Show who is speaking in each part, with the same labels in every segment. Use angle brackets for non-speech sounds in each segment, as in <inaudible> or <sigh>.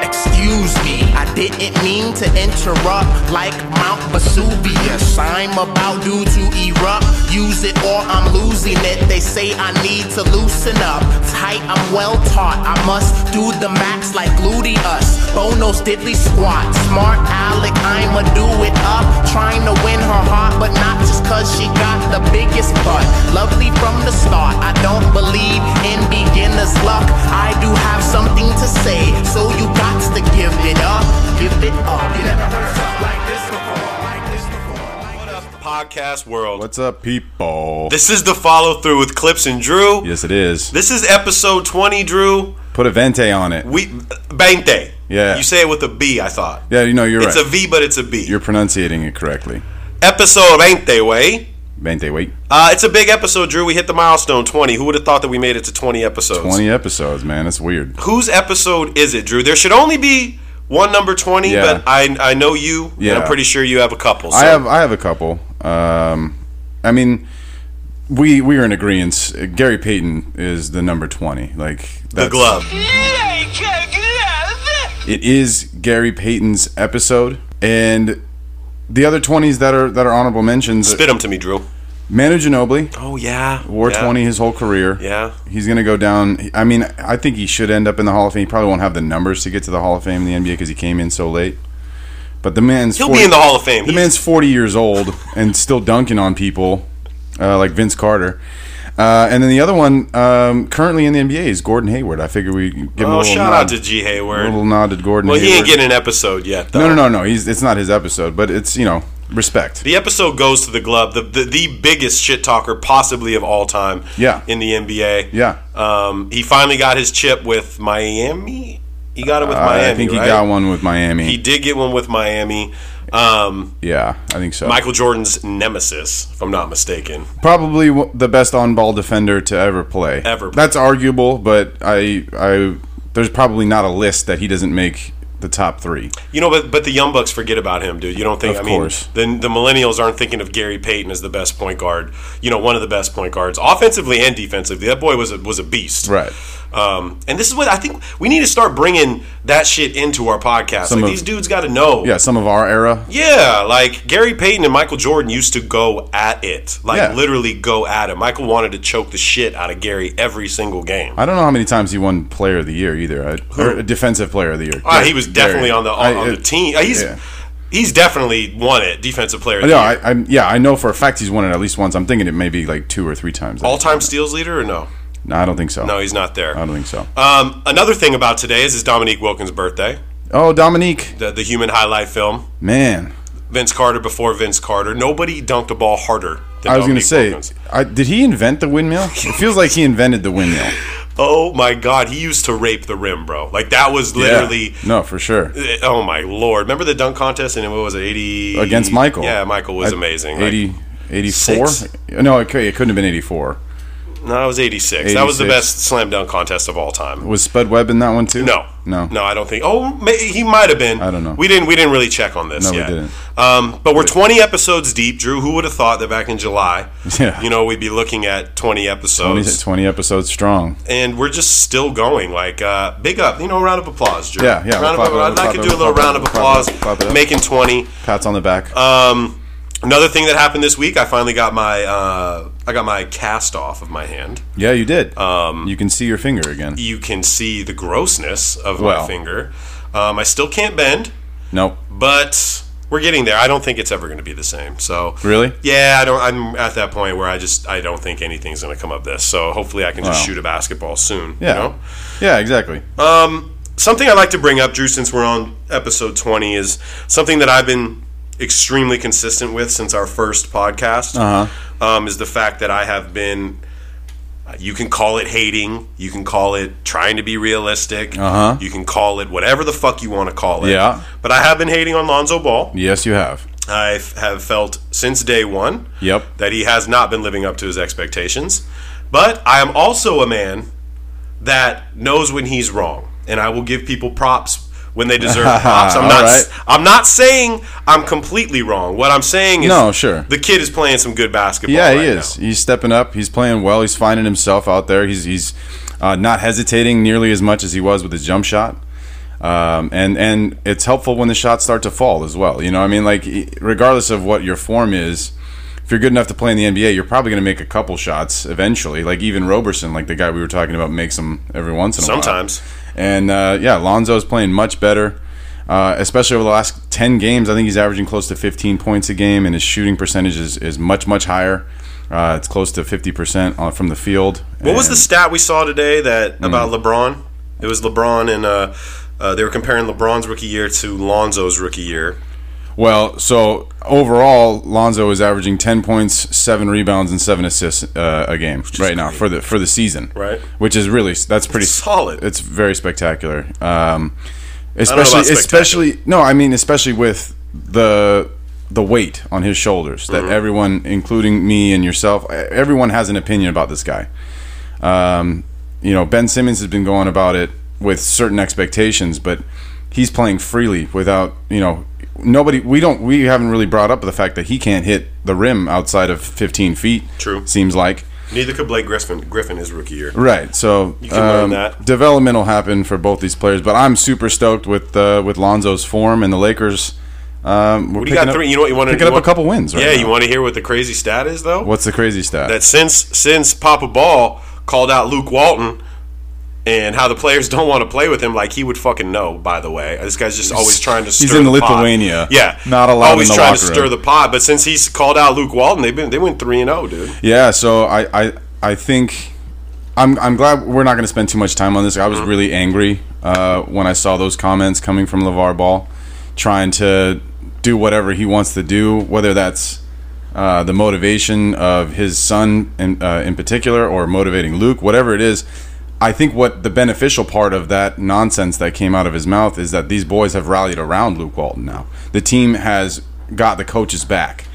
Speaker 1: Excuse me, I didn't mean to interrupt like Mount Vesuvius. I'm about due to erupt. Use it or I'm losing it. They say I need to loosen up. Tight, I'm well taught. I must do the max like gluteus. Bonos diddly squat. Smart Alec, I'ma do it up. Trying to win her heart, but not just cause she got the biggest butt. Lovely from the start. I don't believe in beginner's luck. I do have something to say, so you got to give it up. Give it up. You never heard something like this before. Like this before. Like this before.
Speaker 2: podcast world.
Speaker 3: What's up, people?
Speaker 2: This is the follow through with Clips and Drew.
Speaker 3: yes, it is.
Speaker 2: This is episode 20, Drew.
Speaker 3: Put a vente on it.
Speaker 2: We Bante.
Speaker 3: Yeah.
Speaker 2: You say it with a B, I thought.
Speaker 3: Yeah, you know you're
Speaker 2: it's
Speaker 3: right.
Speaker 2: a V, but it's a B.
Speaker 3: you're pronunciating it correctly.
Speaker 2: episode 20, way.
Speaker 3: Vente, wait,
Speaker 2: Uh, it's a big episode, Drew. We hit the milestone 20. Who would have thought that we made it to 20 episodes?
Speaker 3: twenty episodes, man. That's weird.
Speaker 2: Whose episode is it, Drew? There should only be one number 20,
Speaker 3: Yeah.
Speaker 2: but I I know you,
Speaker 3: Yeah.
Speaker 2: and I'm pretty sure you have a couple. So.
Speaker 3: I have I have a couple. Um, I mean, we we are in agreement. Gary Payton is the number twenty. Like that's-
Speaker 2: the glove.
Speaker 3: It is Gary Payton's episode, and the other twenties that are that are honorable mentions.
Speaker 2: Spit them to me, Drew.
Speaker 3: Manu Ginobili
Speaker 2: Oh, yeah.
Speaker 3: wore
Speaker 2: Yeah.
Speaker 3: twenty his whole career.
Speaker 2: Yeah.
Speaker 3: He's going to go down. I mean, I think he should end up in the Hall of Fame. He probably won't have the numbers to get to the Hall of Fame in the NBA because he came in so late. But the man's
Speaker 2: He'll be in the Hall of Fame.
Speaker 3: The man's forty years old and still dunking on people uh, like Vince Carter. Uh, and then the other one um, currently in the NBA is Gordon Hayward. I figure we give him a
Speaker 2: Oh,
Speaker 3: little
Speaker 2: shout
Speaker 3: nod,
Speaker 2: out to G.
Speaker 3: a
Speaker 2: Hayward.
Speaker 3: little nod to Gordon.
Speaker 2: well,
Speaker 3: Hayward.
Speaker 2: he ain't getting an episode yet, though.
Speaker 3: No, no, no, no. He's it's not his episode, but it's you know respect.
Speaker 2: The episode goes to the glove, the, the, the biggest shit talker possibly of all time
Speaker 3: Yeah.
Speaker 2: in the NBA.
Speaker 3: yeah,
Speaker 2: Um, he finally got his chip with Miami. He got it with Miami.
Speaker 3: Uh, I think he
Speaker 2: right?
Speaker 3: got one with Miami.
Speaker 2: He did get one with Miami. Um,
Speaker 3: yeah, I think so.
Speaker 2: Michael Jordan's nemesis, if I'm not mistaken.
Speaker 3: probably w- the best on-ball defender to ever play.
Speaker 2: Ever.
Speaker 3: That's arguable, but I, I, there's probably not a list that he doesn't make the top three.
Speaker 2: You know, but but the Young Bucks forget about him, dude. You don't think?
Speaker 3: Of
Speaker 2: I mean,
Speaker 3: course.
Speaker 2: the the millennials aren't thinking of Gary Payton as the best point guard. You know, one of the best point guards, offensively and defensively. That boy was a, was a beast,
Speaker 3: Right.
Speaker 2: Um, and this is what I think we need to start bringing that shit into our podcast.
Speaker 3: Some
Speaker 2: like
Speaker 3: of-
Speaker 2: these dudes got to know.
Speaker 3: Yeah, some of our era.
Speaker 2: Yeah, like Gary Payton and Michael Jordan used to go at it, like
Speaker 3: Yeah.
Speaker 2: literally go at it. Michael wanted to choke the shit out of Gary every single game.
Speaker 3: I don't know how many times he won Player of the Year either, I, or Defensive Player of the Year.
Speaker 2: Oh, he was definitely
Speaker 3: Very-
Speaker 2: on the on,
Speaker 3: I-
Speaker 2: on the
Speaker 3: it-
Speaker 2: team. Ah, He's
Speaker 3: yeah.
Speaker 2: he's definitely won it. Defensive player. of the
Speaker 3: No,
Speaker 2: year.
Speaker 3: I, I'm yeah, I know for a fact he's won it at least once. I'm thinking it may be like two or three times.
Speaker 2: all time steals leader or no?
Speaker 3: No, I don't think so.
Speaker 2: No, he's not there.
Speaker 3: I don't think so.
Speaker 2: Um, another thing about today is is Dominique Wilkins' birthday.
Speaker 3: oh, Dominique,
Speaker 2: The the human highlight film.
Speaker 3: man,
Speaker 2: Vince Carter before Vince Carter. Nobody dunked a ball harder. Than
Speaker 3: I was gonna
Speaker 2: Dominique
Speaker 3: say,
Speaker 2: Wilkins.
Speaker 3: I, did he invent the windmill? It feels like he invented the windmill.
Speaker 2: Oh my God, he used to rape the rim, bro. Like that was <laughs> literally.
Speaker 3: Yeah. no, for sure.
Speaker 2: eh, Oh my lord! Remember the dunk contest and what was it? Eighty
Speaker 3: against Michael.
Speaker 2: Yeah, Michael was
Speaker 3: I-
Speaker 2: amazing. Like,
Speaker 3: 80, 84?
Speaker 2: six?
Speaker 3: No, it, cou- it couldn't have been 84.
Speaker 2: no, it was eighty six. That was the
Speaker 3: 86.
Speaker 2: best slam dunk contest of all time.
Speaker 3: Was Spud Webb in that one too?
Speaker 2: No,
Speaker 3: No.
Speaker 2: no. I don't think. Oh, may, he might have been.
Speaker 3: I don't know.
Speaker 2: We didn't. We didn't really check on this.
Speaker 3: No, we
Speaker 2: yet.
Speaker 3: didn't.
Speaker 2: Um, but we're 20 episodes deep, Drew. Who would have thought that back in July,
Speaker 3: <laughs> Yeah.
Speaker 2: you know, we'd be looking at 20
Speaker 3: Only
Speaker 2: episodes,
Speaker 3: 20 episodes strong.
Speaker 2: and we're just still going. Like, uh, big up, you know, round of applause, Drew.
Speaker 3: Yeah, yeah, we'll
Speaker 2: Round
Speaker 3: clap
Speaker 2: of,
Speaker 3: it up,
Speaker 2: I'd like to
Speaker 3: we'll
Speaker 2: do
Speaker 3: clap
Speaker 2: a little
Speaker 3: it up,
Speaker 2: round of
Speaker 3: we'll clap it up,
Speaker 2: applause,
Speaker 3: we'll clap it up.
Speaker 2: making 20.
Speaker 3: Pats on the back.
Speaker 2: Um, another thing that happened this week, I finally got my uh, I got my cast off of my hand.
Speaker 3: yeah, you did. Um, you can see your finger again.
Speaker 2: You can see the grossness of my
Speaker 3: Well.
Speaker 2: finger. Um, I still can't bend,
Speaker 3: nope.
Speaker 2: but we're getting there. I don't think it's ever going to be the same. So
Speaker 3: Really?
Speaker 2: yeah, I don't. I'm at that point where I just I don't think anything's going to come of this. So hopefully, I can just
Speaker 3: Wow.
Speaker 2: shoot a basketball soon.
Speaker 3: Yeah.
Speaker 2: You know?
Speaker 3: Yeah, exactly.
Speaker 2: Uh, something I like to bring up, Drew, since we're on episode 20, is something that I've been extremely consistent with since our first podcast. Uh-huh. Um, is the fact that I have been. You can call it hating. You can call it trying to be realistic. Uh-huh. You can call it whatever the fuck you want to call it.
Speaker 3: Yeah.
Speaker 2: But I have been hating on Lonzo Ball.
Speaker 3: yes, you have.
Speaker 2: I f- have felt since day one
Speaker 3: Yep.
Speaker 2: that he has not been living up to his expectations. But I am also a man that knows when he's wrong, and I will give people props when
Speaker 3: <laughs>
Speaker 2: they deserve props. I'm
Speaker 3: All
Speaker 2: not.
Speaker 3: right.
Speaker 2: I'm not saying I'm completely wrong. What I'm saying is,
Speaker 3: No, sure.
Speaker 2: the kid is playing some good basketball.
Speaker 3: Yeah, he
Speaker 2: right
Speaker 3: is.
Speaker 2: now.
Speaker 3: He's stepping up. He's playing well. He's finding himself out there. He's he's uh, not hesitating nearly as much as he was with his jump shot. Um, and and it's helpful when the shots start to fall as well. You know, I mean, like e- regardless of what your form is, if you're good enough to play in the NBA, you're probably going to make a couple shots eventually. Like even Roberson, like the guy we were talking about, makes them every once in a while.
Speaker 2: Sometimes.
Speaker 3: And uh, yeah, Lonzo's playing much better, uh, especially over the last 10 games. I think he's averaging close to 15 points a game, and his shooting percentage is, is much, much higher. Uh, it's close to 50% on, from the field.
Speaker 2: What was the stat we saw today that
Speaker 3: Mm.
Speaker 2: about LeBron? It was LeBron and uh, uh, they were comparing LeBron's rookie year to Lonzo's rookie year.
Speaker 3: Well, so overall, Lonzo is averaging 10 points, 7 rebounds, and 7 assists uh, a game right now for the for the season.
Speaker 2: Right.
Speaker 3: Which is really, that's pretty
Speaker 2: solid.
Speaker 3: It's very spectacular. Um,
Speaker 2: about
Speaker 3: especially,
Speaker 2: spectacular.
Speaker 3: especially, no, I mean, especially with the the weight on his shoulders that
Speaker 2: Mm-hmm.
Speaker 3: everyone, including me and yourself, e-, everyone has an opinion about this guy. Um, you know, Ben Simmons has been going about it with certain expectations, but he's playing freely without, you know, nobody. We don't. We haven't really brought up the fact that he can't hit the rim outside of 15 feet.
Speaker 2: True.
Speaker 3: Seems like.
Speaker 2: Neither could Blake Griffin. Griffin his rookie year.
Speaker 3: Right. So
Speaker 2: You can learn
Speaker 3: um,
Speaker 2: that.
Speaker 3: development will happen for both these players, but I'm super stoked with uh, with Lonzo's form and the Lakers. Um, we're
Speaker 2: What do you got?
Speaker 3: picking up-
Speaker 2: three. You know what you want to
Speaker 3: picking up a couple wins. Right
Speaker 2: yeah, you
Speaker 3: now.
Speaker 2: want to hear what the crazy stat is though?
Speaker 3: What's the crazy stat?
Speaker 2: that since since Papa Ball called out Luke Walton and how the players <laughs> don't want to play with him, like he would fucking know. By the way, this guy's just always trying to. Stir
Speaker 3: in
Speaker 2: the
Speaker 3: Lithuania.
Speaker 2: Pot. Yeah,
Speaker 3: Not allowed
Speaker 2: Always
Speaker 3: in the
Speaker 2: trying to
Speaker 3: locker
Speaker 2: stir
Speaker 3: room.
Speaker 2: the pot, but since he's called out Luke Walton, they've been they went three and zero, dude.
Speaker 3: Yeah, so I I, I think I'm, I'm glad we're not going to spend too much time on this. I was really angry uh, when I saw those comments coming from LeVar Ball trying to do whatever he wants to do, whether that's uh, the motivation of his son in, uh, in particular or motivating Luke, whatever it is. I think what the beneficial part of that nonsense that came out of his mouth is that these boys have rallied around Luke Walton now. The team has got the coaches back.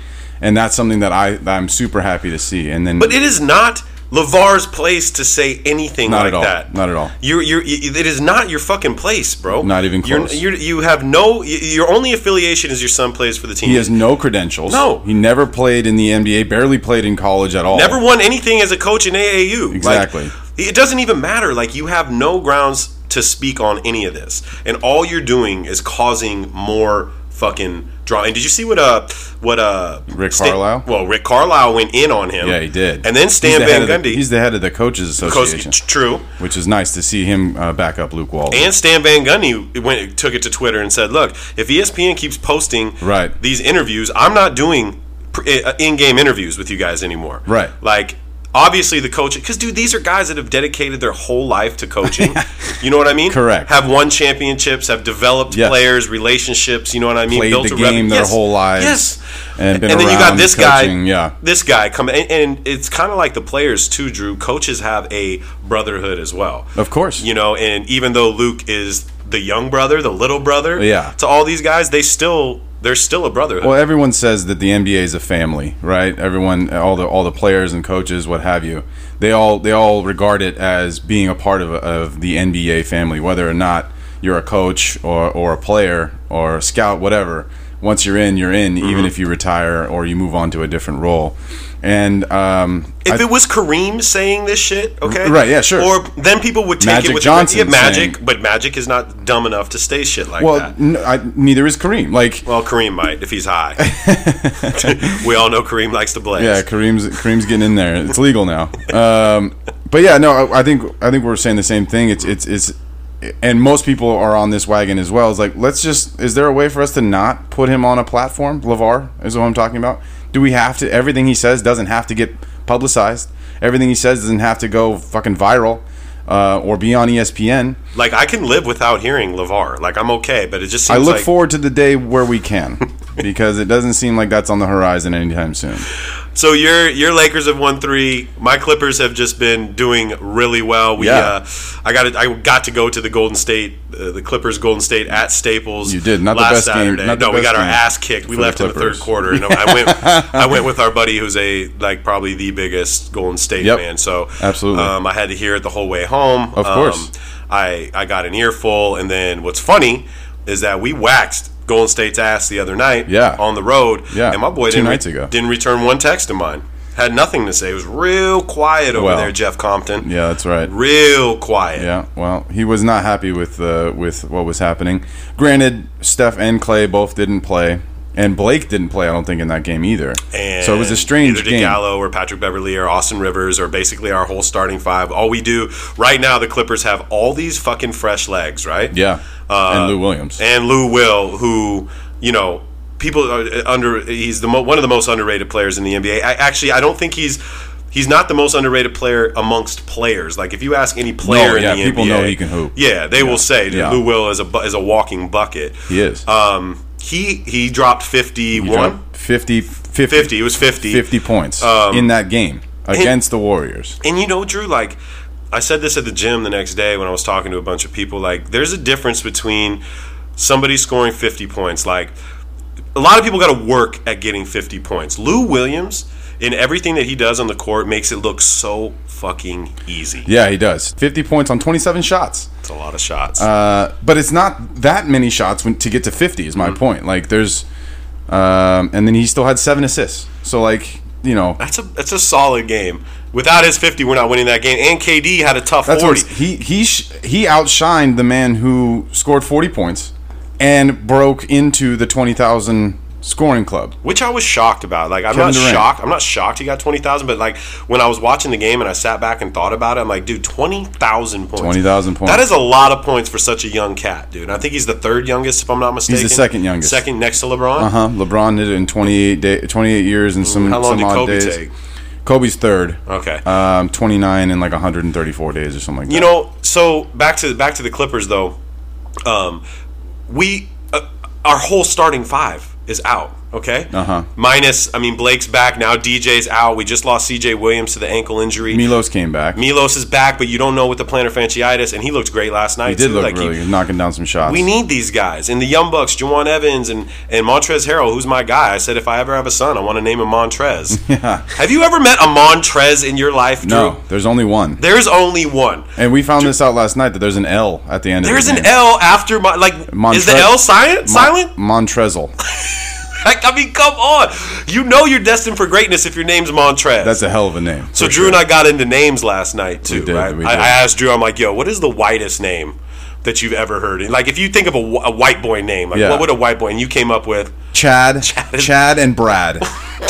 Speaker 3: And that's something that I that I'm super happy to see. And then
Speaker 2: But it is not Lavar's place to say anything
Speaker 3: Not
Speaker 2: like
Speaker 3: at all.
Speaker 2: that.
Speaker 3: Not at all.
Speaker 2: You're, you're, it is not your fucking place, bro.
Speaker 3: Not even close.
Speaker 2: You're, you're, you have no. y- Your only affiliation is your son plays for the team.
Speaker 3: He has no credentials.
Speaker 2: No.
Speaker 3: He never played in the NBA, barely played in college at all.
Speaker 2: Never won anything as a coach in AAU. Like,
Speaker 3: Exactly.
Speaker 2: it doesn't even matter. Like you have no grounds to speak on any of this, and all you're doing is causing more fucking drama. And did you see what uh what uh
Speaker 3: Rick Carlisle?
Speaker 2: Well, Rick Carlisle went in on him.
Speaker 3: Yeah, he did.
Speaker 2: And then
Speaker 3: He's
Speaker 2: Stan
Speaker 3: the head
Speaker 2: Van
Speaker 3: of the-
Speaker 2: Gundy.
Speaker 3: he's the head of the coaches
Speaker 2: Coach-
Speaker 3: association,
Speaker 2: true.
Speaker 3: which is nice to see him uh, back up Luke Walton.
Speaker 2: And Stan Van Gundy went took it to Twitter and said, "Look, if E ESPN keeps posting
Speaker 3: Right.
Speaker 2: these interviews, I'm not doing pre- uh, in-game interviews with you guys anymore."
Speaker 3: Right.
Speaker 2: Like obviously the coach cuz dude, these are guys that have dedicated their whole life to
Speaker 3: <laughs>
Speaker 2: coaching. you know what I mean?
Speaker 3: Correct.
Speaker 2: Have won championships, have developed
Speaker 3: Yes.
Speaker 2: players, relationships, you know what I mean?
Speaker 3: Played the
Speaker 2: repu-
Speaker 3: game their
Speaker 2: Yes.
Speaker 3: whole lives
Speaker 2: Yes.
Speaker 3: and been
Speaker 2: then you got
Speaker 3: around
Speaker 2: this
Speaker 3: coaching,
Speaker 2: guy.
Speaker 3: yeah.
Speaker 2: This guy come and, and it's kind of like the players too, Drew. Coaches have a brotherhood as well.
Speaker 3: Of course.
Speaker 2: You know, and even though Luke is the young brother, the little brother,
Speaker 3: Yeah.
Speaker 2: to all these guys, they still they're still a brotherhood.
Speaker 3: Well, everyone says that the NBA is a family, right? Everyone, all the all the players and coaches, what have you, they all they all regard it as being a part of, of the NBA family, whether or not you're a coach or, or a player or a scout, whatever. once you're in, you're in,
Speaker 2: Mm-hmm.
Speaker 3: even if you retire or you move on to a different role. And um,
Speaker 2: If
Speaker 3: I-
Speaker 2: it was Kareem saying this shit, okay,
Speaker 3: Right, yeah, sure.
Speaker 2: Or then people would take
Speaker 3: Magic
Speaker 2: it with
Speaker 3: Johnson
Speaker 2: the, yeah, Magic,
Speaker 3: saying-
Speaker 2: but Magic is not dumb enough to say shit like
Speaker 3: well,
Speaker 2: that.
Speaker 3: n I neither is Kareem. Like,
Speaker 2: Well, Kareem might if he's
Speaker 3: <laughs>
Speaker 2: high. we all know Kareem likes to blaze.
Speaker 3: Yeah, Kareem's Kareem's getting in there. It's legal now. Um, but yeah, no, I, I think I think we're saying the same thing. It's it's it's, and most people are on this wagon as well. It's like let's just. Is there a way for us to not put him on a platform? Levar is what I'm talking about. Do we have to? Everything he says doesn't have to get publicized. Everything he says doesn't have to go fucking viral uh, or be on ESPN.
Speaker 2: Like I can live without hearing Levar. Like I'm okay, but it just
Speaker 3: I
Speaker 2: seems
Speaker 3: look
Speaker 2: like
Speaker 3: forward to the day where we can. <laughs> Because it doesn't seem like that's on the horizon anytime soon.
Speaker 2: So your your Lakers have won three. My Clippers have just been doing really well. We
Speaker 3: Yeah.
Speaker 2: uh, I got to, I got to go to the Golden State, uh, the Clippers Golden State at Staples.
Speaker 3: You did. Not the
Speaker 2: last
Speaker 3: best game-
Speaker 2: Saturday.
Speaker 3: not the
Speaker 2: no, we
Speaker 3: best
Speaker 2: got our
Speaker 3: game
Speaker 2: ass kicked. We
Speaker 3: for the
Speaker 2: left in the third
Speaker 3: Clippers.
Speaker 2: quarter, and I went
Speaker 3: <laughs>
Speaker 2: I went with our buddy who's a like probably the biggest Golden State
Speaker 3: Yep.
Speaker 2: fan. So
Speaker 3: Absolutely.
Speaker 2: um, I had to hear it the whole way home. Um,
Speaker 3: Of course.
Speaker 2: I I got an earful, and then what's funny is that we waxed. Golden State's ass the other night,
Speaker 3: Yeah.
Speaker 2: on the road,
Speaker 3: Yeah.
Speaker 2: and my boy
Speaker 3: Two
Speaker 2: didn't re-
Speaker 3: nights ago.
Speaker 2: didn't return one text of mine. Had nothing to say. It was real quiet over
Speaker 3: Well.
Speaker 2: there, Jeff Compton.
Speaker 3: Yeah, that's right.
Speaker 2: Real quiet.
Speaker 3: Yeah, well, he was not happy with uh, with what was happening. Granted, Steph and Clay both didn't play, and Blake didn't play. I don't think in that game either.
Speaker 2: And
Speaker 3: so it was a strange
Speaker 2: either
Speaker 3: game.
Speaker 2: Gallo or Patrick Beverly or Austin Rivers or basically our whole starting five. All we do right now, the Clippers have all these fucking fresh legs, right?
Speaker 3: Yeah,
Speaker 2: Uh,
Speaker 3: and Lou Williams.
Speaker 2: and Lou Will, who you know people are uh, under. He's the mo- one of the most underrated players in the NBA. I actually I don't think he's. He's not the most underrated player amongst players. Like if you ask any player
Speaker 3: yeah,
Speaker 2: in the
Speaker 3: people
Speaker 2: NBA,
Speaker 3: know he can hoop.
Speaker 2: Yeah, they will say that
Speaker 3: Yeah.
Speaker 2: Lou Will is a bu- is a walking bucket.
Speaker 3: he is.
Speaker 2: Um, he he dropped fifty
Speaker 3: He
Speaker 2: one.
Speaker 3: dropped 50, 50,
Speaker 2: Fifty. It was fifty. Um,
Speaker 3: 50 points in that game against the Warriors.
Speaker 2: And you know, Drew, like I said this at the gym the next day when I was talking to a bunch of people, like there's a difference between somebody scoring 50 points. Like a lot of people got to work at getting 50 points. Lou Williams in everything that he does on the court makes it look so fucking easy.
Speaker 3: Yeah, he does. 50 points on 27 shots.
Speaker 2: It's a lot of shots.
Speaker 3: Uh, but it's not that many shots when, to get to 50 is my
Speaker 2: Mm-hmm.
Speaker 3: point. Like there's um, and then he still had 7 assists. So like, you know,
Speaker 2: that's a that's a solid game. Without his 50, we're not winning that game. And KD had a tough
Speaker 3: That's
Speaker 2: 40.
Speaker 3: what it's- he he sh- he outshined the man who scored forty points and broke into the twenty thousand scoring club.
Speaker 2: which I was shocked about. Like I'm
Speaker 3: Kevin
Speaker 2: not
Speaker 3: Durant.
Speaker 2: shocked. I'm not shocked he got twenty thousand, but like when I was watching the game and I sat back and thought about it, I'm like, dude, twenty thousand points.
Speaker 3: 20,000 points.
Speaker 2: That is a lot of points for such a young cat, dude. I think he's the third youngest, if I'm not mistaken.
Speaker 3: second youngest.
Speaker 2: Second next to LeBron.
Speaker 3: Uh huh. LeBron did it in twenty eight day, twenty eight years and some
Speaker 2: Uh-huh. How long
Speaker 3: some
Speaker 2: did
Speaker 3: odd
Speaker 2: Kobe
Speaker 3: days.
Speaker 2: take?
Speaker 3: Kobe's third.
Speaker 2: Okay.
Speaker 3: Um, twenty nine and like one hundred and thirty four days or something like
Speaker 2: You
Speaker 3: that.
Speaker 2: know, so back to back to the Clippers though. Um, we uh, our whole starting five is out. Okay.
Speaker 3: Uh-huh.
Speaker 2: Minus, I mean, Blake's back now. DJ's out. We just lost CJ Williams to the ankle injury.
Speaker 3: Milos came back.
Speaker 2: Milos is back, but you don't know with the plantar fasciitis, and he looked great last night.
Speaker 3: he did
Speaker 2: too.
Speaker 3: look
Speaker 2: like
Speaker 3: really
Speaker 2: He,
Speaker 3: good, knocking down some shots.
Speaker 2: we need these guys, and the young bucks, Juwan Evans and and Montrez Harrell, who's my guy. I said if I ever have a son, I want to name
Speaker 3: <laughs>
Speaker 2: him Montrez. Have you ever met a Montrez in your life? Drew?
Speaker 3: no, there's only one.
Speaker 2: There's only one.
Speaker 3: and we found this out last night that there's an L at the end
Speaker 2: There's
Speaker 3: of the
Speaker 2: an
Speaker 3: name.
Speaker 2: L after my like. Is
Speaker 3: Montrez-
Speaker 2: the L silent? silent?
Speaker 3: Mon- Montrezl.
Speaker 2: Like I mean, come on. You know you're destined for greatness if your name's Montrez.
Speaker 3: That's a hell of a name.
Speaker 2: So Drew and I got into names last night too,
Speaker 3: did,
Speaker 2: right?
Speaker 3: we
Speaker 2: I,
Speaker 3: did.
Speaker 2: I asked Drew, I'm like, "Yo, what is the whitest name that you've ever heard?" And like, if you think of a, wh- a white boy name, like,
Speaker 3: Yeah.
Speaker 2: what would a white boy? And you came up with.
Speaker 3: Chad, Chad, and Brad.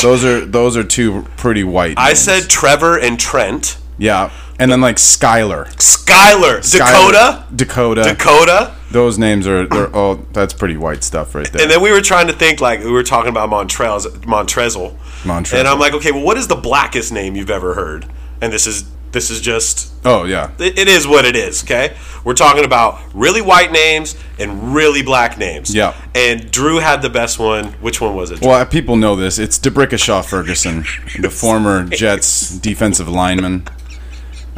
Speaker 3: those are those are two pretty white.
Speaker 2: I
Speaker 3: names.
Speaker 2: said Trevor and Trent,
Speaker 3: yeah, and then like Skyler,
Speaker 2: Skyler, Dakota,
Speaker 3: Skyler, Dakota,
Speaker 2: Dakota.
Speaker 3: Those names are they're oh that's pretty white stuff right there.
Speaker 2: And then we were trying to think, like we were talking about Montrez, Montrezl.
Speaker 3: Montrezl.
Speaker 2: And I'm like, okay, well, what is the blackest name you've ever heard? And this is this is just
Speaker 3: oh yeah,
Speaker 2: it it is what it is. Okay, we're talking about really white names and really black names.
Speaker 3: Yeah.
Speaker 2: And Drew had the best one. Which one was it? Drew?
Speaker 3: well uh, people know this. It's DeBrickashaw Ferguson, the former Jets defensive lineman.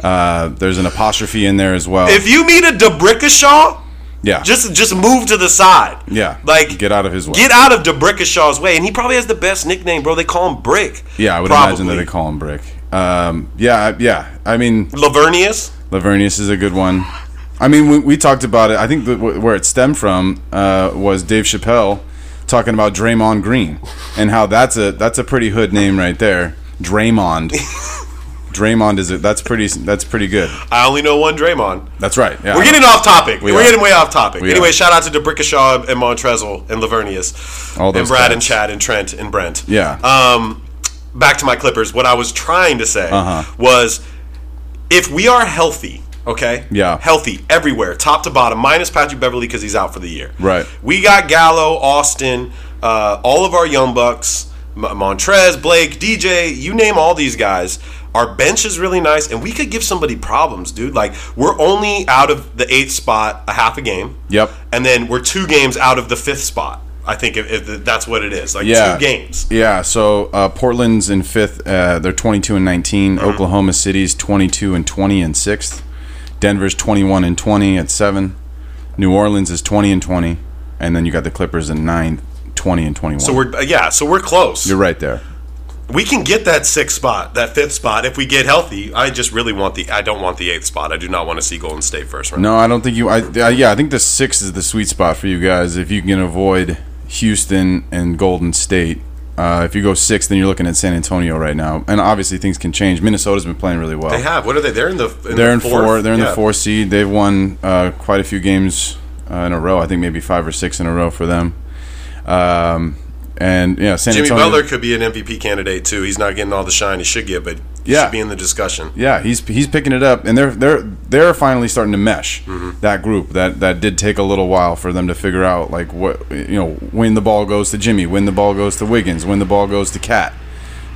Speaker 3: Uh, there's an apostrophe in there as well.
Speaker 2: If you meet a DeBrickashaw,
Speaker 3: yeah,
Speaker 2: just just move to the side.
Speaker 3: yeah,
Speaker 2: Like
Speaker 3: get out of his way.
Speaker 2: Get out of DeBrickashaw's way, and he probably has the best nickname, bro. They call him Brick.
Speaker 3: yeah, I would imagine that they call him Brick. Um, yeah, I- yeah. I mean,
Speaker 2: Lavernius.
Speaker 3: Lavernius is a good one. I mean, we, we talked about it. I think the, wh- where it stemmed from uh, was Dave Chappelle talking about Draymond Green and how that's a that's a pretty hood name right there.
Speaker 2: <laughs>
Speaker 3: Draymond. Draymond is it? That's pretty. That's pretty good.
Speaker 2: I only know one Draymond.
Speaker 3: That's right. Yeah.
Speaker 2: We're getting off topic. We are
Speaker 3: are.
Speaker 2: getting way off topic.
Speaker 3: We
Speaker 2: anyway,
Speaker 3: are.
Speaker 2: shout out to DeBrickashaw and Montrezl and Lavernius
Speaker 3: All those
Speaker 2: and Brad
Speaker 3: cats.
Speaker 2: and Chad and Trent and Brent.
Speaker 3: Yeah.
Speaker 2: Um, back to my Clippers. What I was trying to say
Speaker 3: Uh-huh.
Speaker 2: was, if we are healthy, okay,
Speaker 3: Yeah.
Speaker 2: healthy everywhere, top to bottom, minus Patrick Beverly because he's out for the year.
Speaker 3: Right.
Speaker 2: We got Gallo, Austin, uh, all of our young bucks, M- Montrez, Blake, DJ. You name all these guys. Our bench is really nice, and we could give somebody problems, dude. Like we're only out of the eighth spot a half a game.
Speaker 3: Yep.
Speaker 2: And then we're two games out of the fifth spot. I think if, if that's what it is, like
Speaker 3: yeah.
Speaker 2: two games.
Speaker 3: Yeah. So uh, Portland's in fifth. Uh, they're 22 and 19.
Speaker 2: Mm-hmm.
Speaker 3: Oklahoma City's 22 and 20 and sixth. Denver's 21 and 20 at seven. New Orleans is 20 and 20, and then you got the Clippers in ninth, 20 and 21.
Speaker 2: So we're uh, yeah, so we're close.
Speaker 3: you're right there.
Speaker 2: We can get that sixth spot, that fifth spot, if we get healthy. I just really want the. I don't want the eighth spot. I do not want to see Golden State first round.
Speaker 3: No, I don't think you. I, I yeah, I think the six is the sweet spot for you guys if you can avoid Houston and Golden State. Uh, if you go six, then you're looking at San Antonio right now, and obviously things can change. Minnesota's been playing really well.
Speaker 2: They have. What are they? They're in the. In
Speaker 3: They're
Speaker 2: the
Speaker 3: in
Speaker 2: fourth.
Speaker 3: four. They're in
Speaker 2: Yeah.
Speaker 3: the four seed. They've won uh, quite a few games uh, in a row. I think maybe five or six in a row for them. Um, and yeah, San
Speaker 2: Jimmy
Speaker 3: Antonio.
Speaker 2: Butler could be an MVP candidate too. He's not getting all the shine he should get, but he
Speaker 3: Yeah.
Speaker 2: should be in the discussion.
Speaker 3: Yeah, he's he's picking it up, and they're they're they're finally starting to mesh that group that that did take a little while for them to figure out like what you know when the ball goes to Jimmy, when the ball goes to Wiggins, when the ball goes to Cat,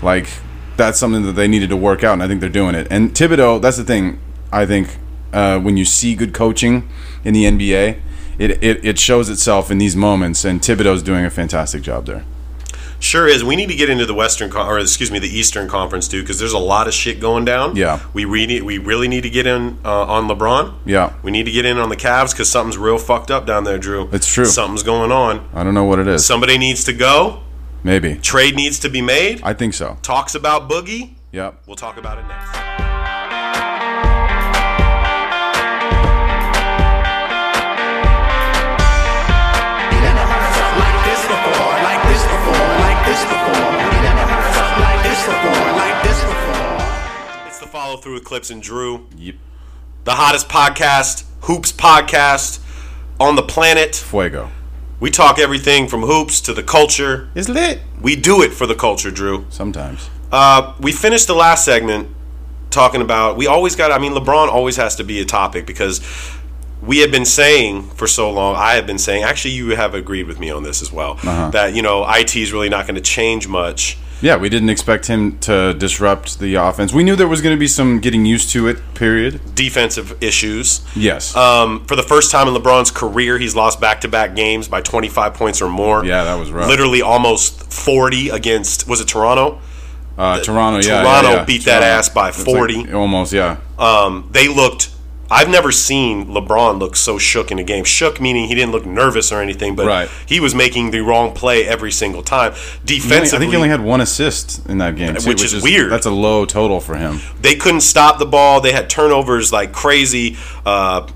Speaker 3: like that's something that they needed to work out, and I think they're doing it. And Thibodeau, that's the thing I think uh, when you see good coaching in the NBA, it, it it shows itself in these moments, and Thibodeau's doing a fantastic job there.
Speaker 2: Sure is. We need to get into the Western, Con- or excuse me, the Eastern Conference too, because there's a lot of shit going down.
Speaker 3: Yeah.
Speaker 2: we re- need- we really need to get in uh, on LeBron.
Speaker 3: Yeah.
Speaker 2: we need to get in on the Cavs because something's real fucked up down there, Drew.
Speaker 3: It's true.
Speaker 2: Something's going on.
Speaker 3: I don't know what it is.
Speaker 2: Somebody needs to go.
Speaker 3: Maybe
Speaker 2: Trade needs to be made.
Speaker 3: I think so.
Speaker 2: Talks about Boogie.
Speaker 3: Yep.
Speaker 2: We'll talk about it next.
Speaker 1: Like this before, like this before, like this before. You never heard something like this before, like this before.
Speaker 2: It's the follow through with Clips and Drew,
Speaker 3: Yep.
Speaker 2: the hottest podcast, hoops podcast on the planet.
Speaker 3: Fuego.
Speaker 2: We talk everything from hoops to the culture.
Speaker 3: It's lit.
Speaker 2: We do it for the culture, Drew.
Speaker 3: Sometimes.
Speaker 2: Uh, we finished the last segment talking about we always got. I mean, LeBron always has to be a topic because we have been saying for so long. I have been saying. Actually, you have agreed with me on this as well.
Speaker 3: Uh-huh.
Speaker 2: That you know, it is really not going to change much.
Speaker 3: Yeah, we didn't expect him to disrupt the offense. We knew there was going to be some getting used to it. Period.
Speaker 2: Defensive issues.
Speaker 3: Yes.
Speaker 2: Um, for the first time in LeBron's career, he's lost back-to-back games by 25 points or more.
Speaker 3: Yeah, that was rough.
Speaker 2: Literally almost 40 against was it Toronto?
Speaker 3: uh, Toronto. Yeah.
Speaker 2: Toronto
Speaker 3: yeah, yeah.
Speaker 2: beat that ass by
Speaker 3: It's
Speaker 2: 40.
Speaker 3: like almost. Yeah.
Speaker 2: Um, they looked. I've never seen LeBron look so shook in a game. Shook meaning he didn't look nervous or anything, but
Speaker 3: Right.
Speaker 2: he was making the wrong play every single time.
Speaker 3: He only- I
Speaker 2: Defensively,
Speaker 3: think he only had one assist in that game, too,
Speaker 2: Which is weird.
Speaker 3: That's a low total for him.
Speaker 2: they couldn't stop the ball. They had turnovers like crazy. Uh,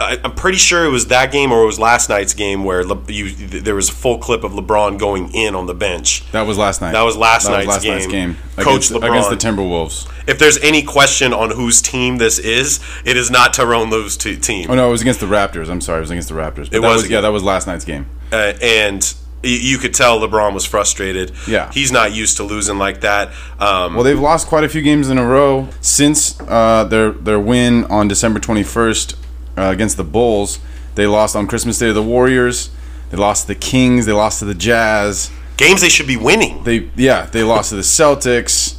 Speaker 2: I- I'm pretty sure it was that game or it was last night's game where Le- you, th- there was a full clip of LeBron going in on the bench.
Speaker 3: That was last night.
Speaker 2: That was last night's game. Coach
Speaker 3: against, against the
Speaker 2: LeBron.
Speaker 3: Timberwolves.
Speaker 2: If there's any question on whose team this is, it is not Tyrone Lue's t- team.
Speaker 3: Oh no, it was against the Raptors. I'm sorry, it was against the Raptors. But
Speaker 2: It
Speaker 3: that
Speaker 2: was
Speaker 3: yeah, that was last night's game.
Speaker 2: uh, and y- you could tell LeBron was frustrated.
Speaker 3: Yeah.
Speaker 2: he's not used to losing like that. Um,
Speaker 3: Well, they've lost quite a few games in a row since uh, their their win on December 21st uh, against the Bulls. They lost on Christmas Day to the Warriors. They lost to the Kings. They lost to the Jazz.
Speaker 2: games they should be winning.
Speaker 3: They yeah, they lost to the Celtics.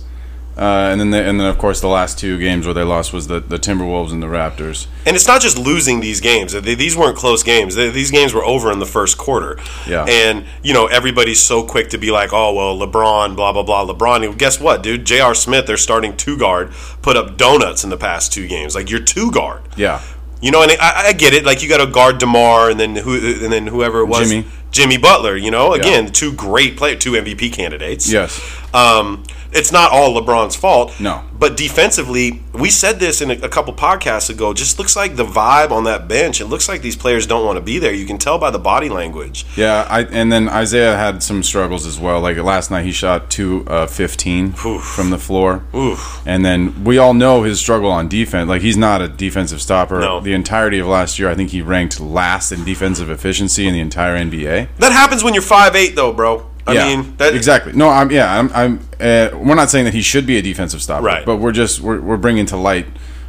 Speaker 3: Uh, and then they, and then of course the last two games where they lost was the, the Timberwolves and the Raptors.
Speaker 2: And it's not just losing these games. They- These weren't close games. They- These games were over in the first quarter.
Speaker 3: Yeah.
Speaker 2: And, you know, everybody's so quick to be like, oh, well, LeBron, blah, blah, blah, LeBron. And guess what, dude? J.R. Smith, their starting two guard, put up donuts in the past two games. Like, you're two guard.
Speaker 3: Yeah.
Speaker 2: You know, and I, I get it. Like you got to guard Demar, and then who, and then whoever it was,
Speaker 3: Jimmy.
Speaker 2: Jimmy Butler. You know, again, two great player, two MVP candidates.
Speaker 3: Yes.
Speaker 2: Um, it's not all LeBron's fault.
Speaker 3: No.
Speaker 2: But defensively, we said this in a, a couple podcasts ago. Just looks like the vibe on that bench. It looks like these players don't want to be there. You can tell by the body language.
Speaker 3: Yeah, I, and then Isaiah had some struggles as well. Like last night, he shot two uh, fifteen from the floor.
Speaker 2: Oof.
Speaker 3: And then we all know his struggle on defense. Like he's not a defensive stopper.
Speaker 2: No.
Speaker 3: The entirety of last year, I think he ranked last in defensive efficiency in the entire NBA.
Speaker 2: That happens when you're five eight, though, bro. I
Speaker 3: yeah,
Speaker 2: mean, that,
Speaker 3: exactly. No, I'm. Yeah, I'm. I'm uh, we're not saying that he should be a defensive stopper,
Speaker 2: Right.
Speaker 3: But we're just we're, we're bringing to light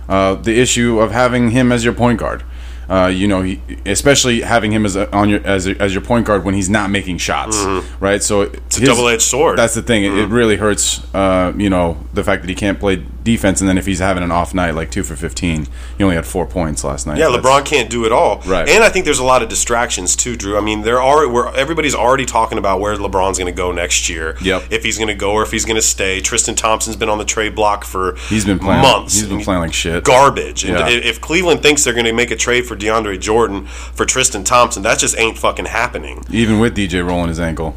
Speaker 3: uh, the issue of having him as your point guard. Uh, you know, he, especially having him as a, on your as, a, as your point guard when he's not making shots, right? So it's
Speaker 2: Mm-hmm. a double-edged sword. Mm-hmm.
Speaker 3: That's the thing. It, it really hurts. Uh, you know, the fact that he can't play defense, and then if he's having an off night, like two for fifteen, he only had four points last night.
Speaker 2: Yeah,
Speaker 3: That's-
Speaker 2: LeBron can't do it all.
Speaker 3: Right.
Speaker 2: And I think there's a lot of distractions too, Drew. I mean, there are where everybody's already talking about where LeBron's going to go next year.
Speaker 3: Yep.
Speaker 2: If he's going to go or if he's going to stay. Tristan Thompson's been on the trade block for
Speaker 3: He's been playing.
Speaker 2: months.
Speaker 3: He's been playing like shit.
Speaker 2: garbage. And
Speaker 3: Yeah.
Speaker 2: i- if Cleveland thinks they're going to make a trade for DeAndre Jordan for Tristan Thompson, that just ain't fucking happening.
Speaker 3: Even with DJ rolling his ankle,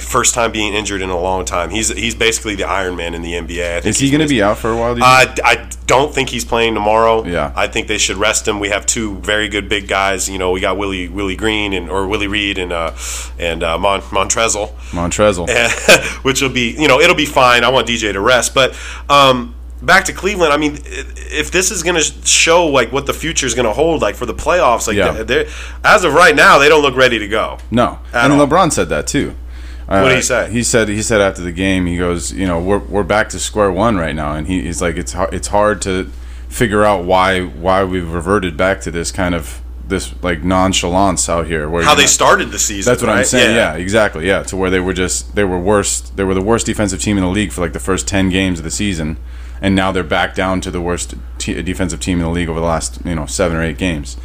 Speaker 2: First time being injured in a long time. He's he's basically the Iron Man in the NBA. I think
Speaker 3: is he going to be out for a while? do you
Speaker 2: Uh, I, I don't think he's playing tomorrow.
Speaker 3: Yeah.
Speaker 2: I think they should rest him. We have two very good big guys. You know, we got Willie Willie Green and or Willie Reed and uh, and uh, Mon- Montrezl, <laughs>
Speaker 3: Montrezl.
Speaker 2: which will be you know it'll be fine. I want DJ to rest, but um, back to Cleveland. I mean, i- if this is going to show like what the future is going to hold, like for the playoffs, like
Speaker 3: Yeah.
Speaker 2: they're, they're- as of right now, they don't look ready to go.
Speaker 3: No,
Speaker 2: At
Speaker 3: and
Speaker 2: all.
Speaker 3: LeBron said that too. Uh,
Speaker 2: What did he say?
Speaker 3: He said he said after the game, he goes, you know, we're, we're back to square one right now, and he, he's like, it's har- it's hard to figure out why why we've reverted back to this kind of this like nonchalance out here. Where
Speaker 2: How
Speaker 3: you're
Speaker 2: they
Speaker 3: not-
Speaker 2: started the season.
Speaker 3: That's what I'm
Speaker 2: right?
Speaker 3: saying. Yeah. exactly. Yeah, to where they were just they were worst. They were the worst defensive team in the league for like the first ten games of the season, and now they're back down to the worst t- defensive team in the league over the last you know seven or eight games.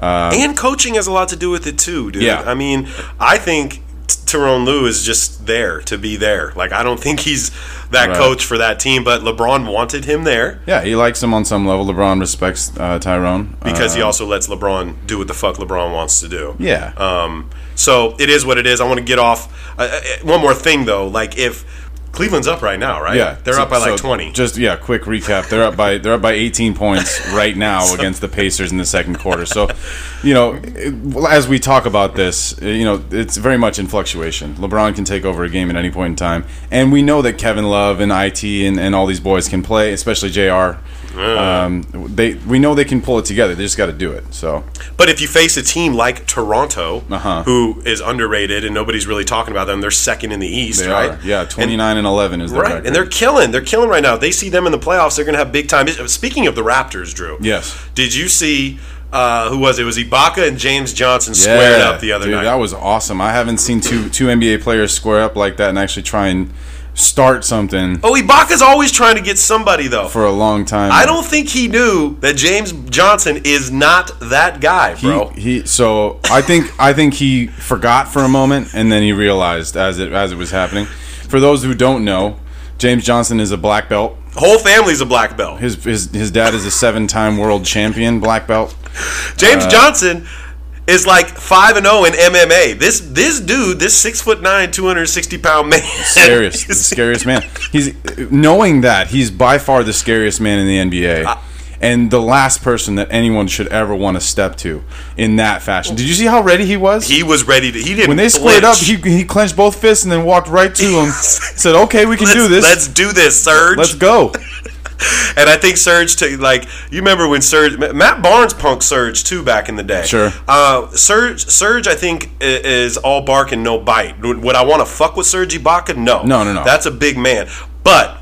Speaker 2: and coaching has a lot to do with it too, dude.
Speaker 3: Yeah.
Speaker 2: I mean, I think T- Tyrone Lue is just there to be there. Like, I don't think he's that
Speaker 3: Right.
Speaker 2: coach for that team, but LeBron wanted him there
Speaker 3: Yeah, he likes him on some level. LeBron respects uh, Tyrone Uh,
Speaker 2: because he also lets LeBron do what the fuck LeBron wants to do.
Speaker 3: Yeah.
Speaker 2: Um, so it is what it is. I want to get off. Uh, uh, one more thing though, like if Cleveland's up right now, right?
Speaker 3: yeah.
Speaker 2: they're
Speaker 3: So-
Speaker 2: up by like
Speaker 3: so
Speaker 2: twenty.
Speaker 3: Just yeah, quick recap. They're up by they're up by 18
Speaker 2: <laughs>
Speaker 3: points right now against the Pacers in the second quarter. So, you know, it- well, as we talk about this, uh, you know, it's very much in fluctuation. LeBron can take over a game at any point in time, and we know that Kevin Love and IT and, and all these boys can play, especially Jr. Um, they we know they can pull it together. They just got to do it. So
Speaker 2: But if you face a team like Toronto,
Speaker 3: Uh-huh.
Speaker 2: who is underrated and nobody's really talking about them, they're second in the East,
Speaker 3: they
Speaker 2: right?
Speaker 3: are yeah 29 and, 11 is their
Speaker 2: Right,
Speaker 3: record.
Speaker 2: and they're killing. They're killing right now. They see them in the playoffs. They're going to have big time. is- Speaking of the Raptors, Drew.
Speaker 3: Yes.
Speaker 2: Did you see uh, who was it? It was Ibaka and James Johnson squared up the other
Speaker 3: dude,
Speaker 2: night.
Speaker 3: That was awesome. I haven't seen two two NBA players square up like that and actually try and start something
Speaker 2: oh, Ibaka's always trying to get somebody though.
Speaker 3: for a long time.
Speaker 2: I don't think he knew that James Johnson is not that guy,
Speaker 3: he,
Speaker 2: bro.
Speaker 3: he so I think I think he forgot for a moment and then he realized as it as it was happening. For those who don't know, James Johnson is a black belt.
Speaker 2: Whole family's a black belt.
Speaker 3: His his his dad is a seven time world champion black belt.
Speaker 2: James
Speaker 3: uh,
Speaker 2: Johnson is like five and zero in MMA. This this dude, this six foot nine, two hundred sixty pound man, <laughs>
Speaker 3: Scariest, the scariest man. He's knowing that he's by far the scariest man in the NBA. and the last person that anyone should ever want to step to in that fashion. Did you see how ready he was?
Speaker 2: He was ready to. He didn't.
Speaker 3: when they squared up,
Speaker 2: flinch.
Speaker 3: he, he clenched both fists and then walked right to
Speaker 2: <laughs>
Speaker 3: him. said, "Okay, we can
Speaker 2: let's,
Speaker 3: do this.
Speaker 2: Let's do this, Serge.
Speaker 3: Let's go."
Speaker 2: And I think Surge took like you remember when Surge Ma- Matt Barnes punked Surge too back in the day.
Speaker 3: Sure.
Speaker 2: Uh, Surge Surge I think i- is all bark and no bite. Would would I want to fuck with Serge Ibaka? No.
Speaker 3: No, no, no.
Speaker 2: That's a big man. But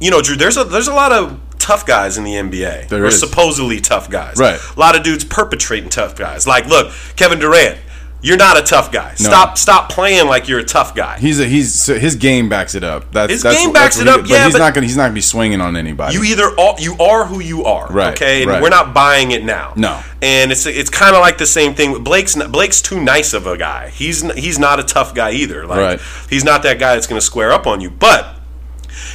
Speaker 2: you know, Drew, there's a there's a lot of tough guys in the NBA.
Speaker 3: There
Speaker 2: or
Speaker 3: is.
Speaker 2: supposedly tough guys.
Speaker 3: Right.
Speaker 2: A lot of dudes perpetrating tough guys. Like, look, Kevin Durant. You're not a tough guy. Stop! Stop playing like you're a tough guy.
Speaker 3: He's a, he's so his game backs it up. That's,
Speaker 2: His
Speaker 3: that's,
Speaker 2: game
Speaker 3: that's
Speaker 2: backs
Speaker 3: what
Speaker 2: it
Speaker 3: he-
Speaker 2: up, yeah,
Speaker 3: he's
Speaker 2: but-
Speaker 3: not gonna he's not gonna be swinging on anybody.
Speaker 2: You either all, you are who you are,
Speaker 3: Right,
Speaker 2: okay? And
Speaker 3: right.
Speaker 2: we're not buying it now.
Speaker 3: No.
Speaker 2: And it's it's kind of like the same thing. with Blake's n- Blake's too nice of a guy. He's n- he's not a tough guy either. Like
Speaker 3: Right.
Speaker 2: he's not that guy that's going to square up on you. But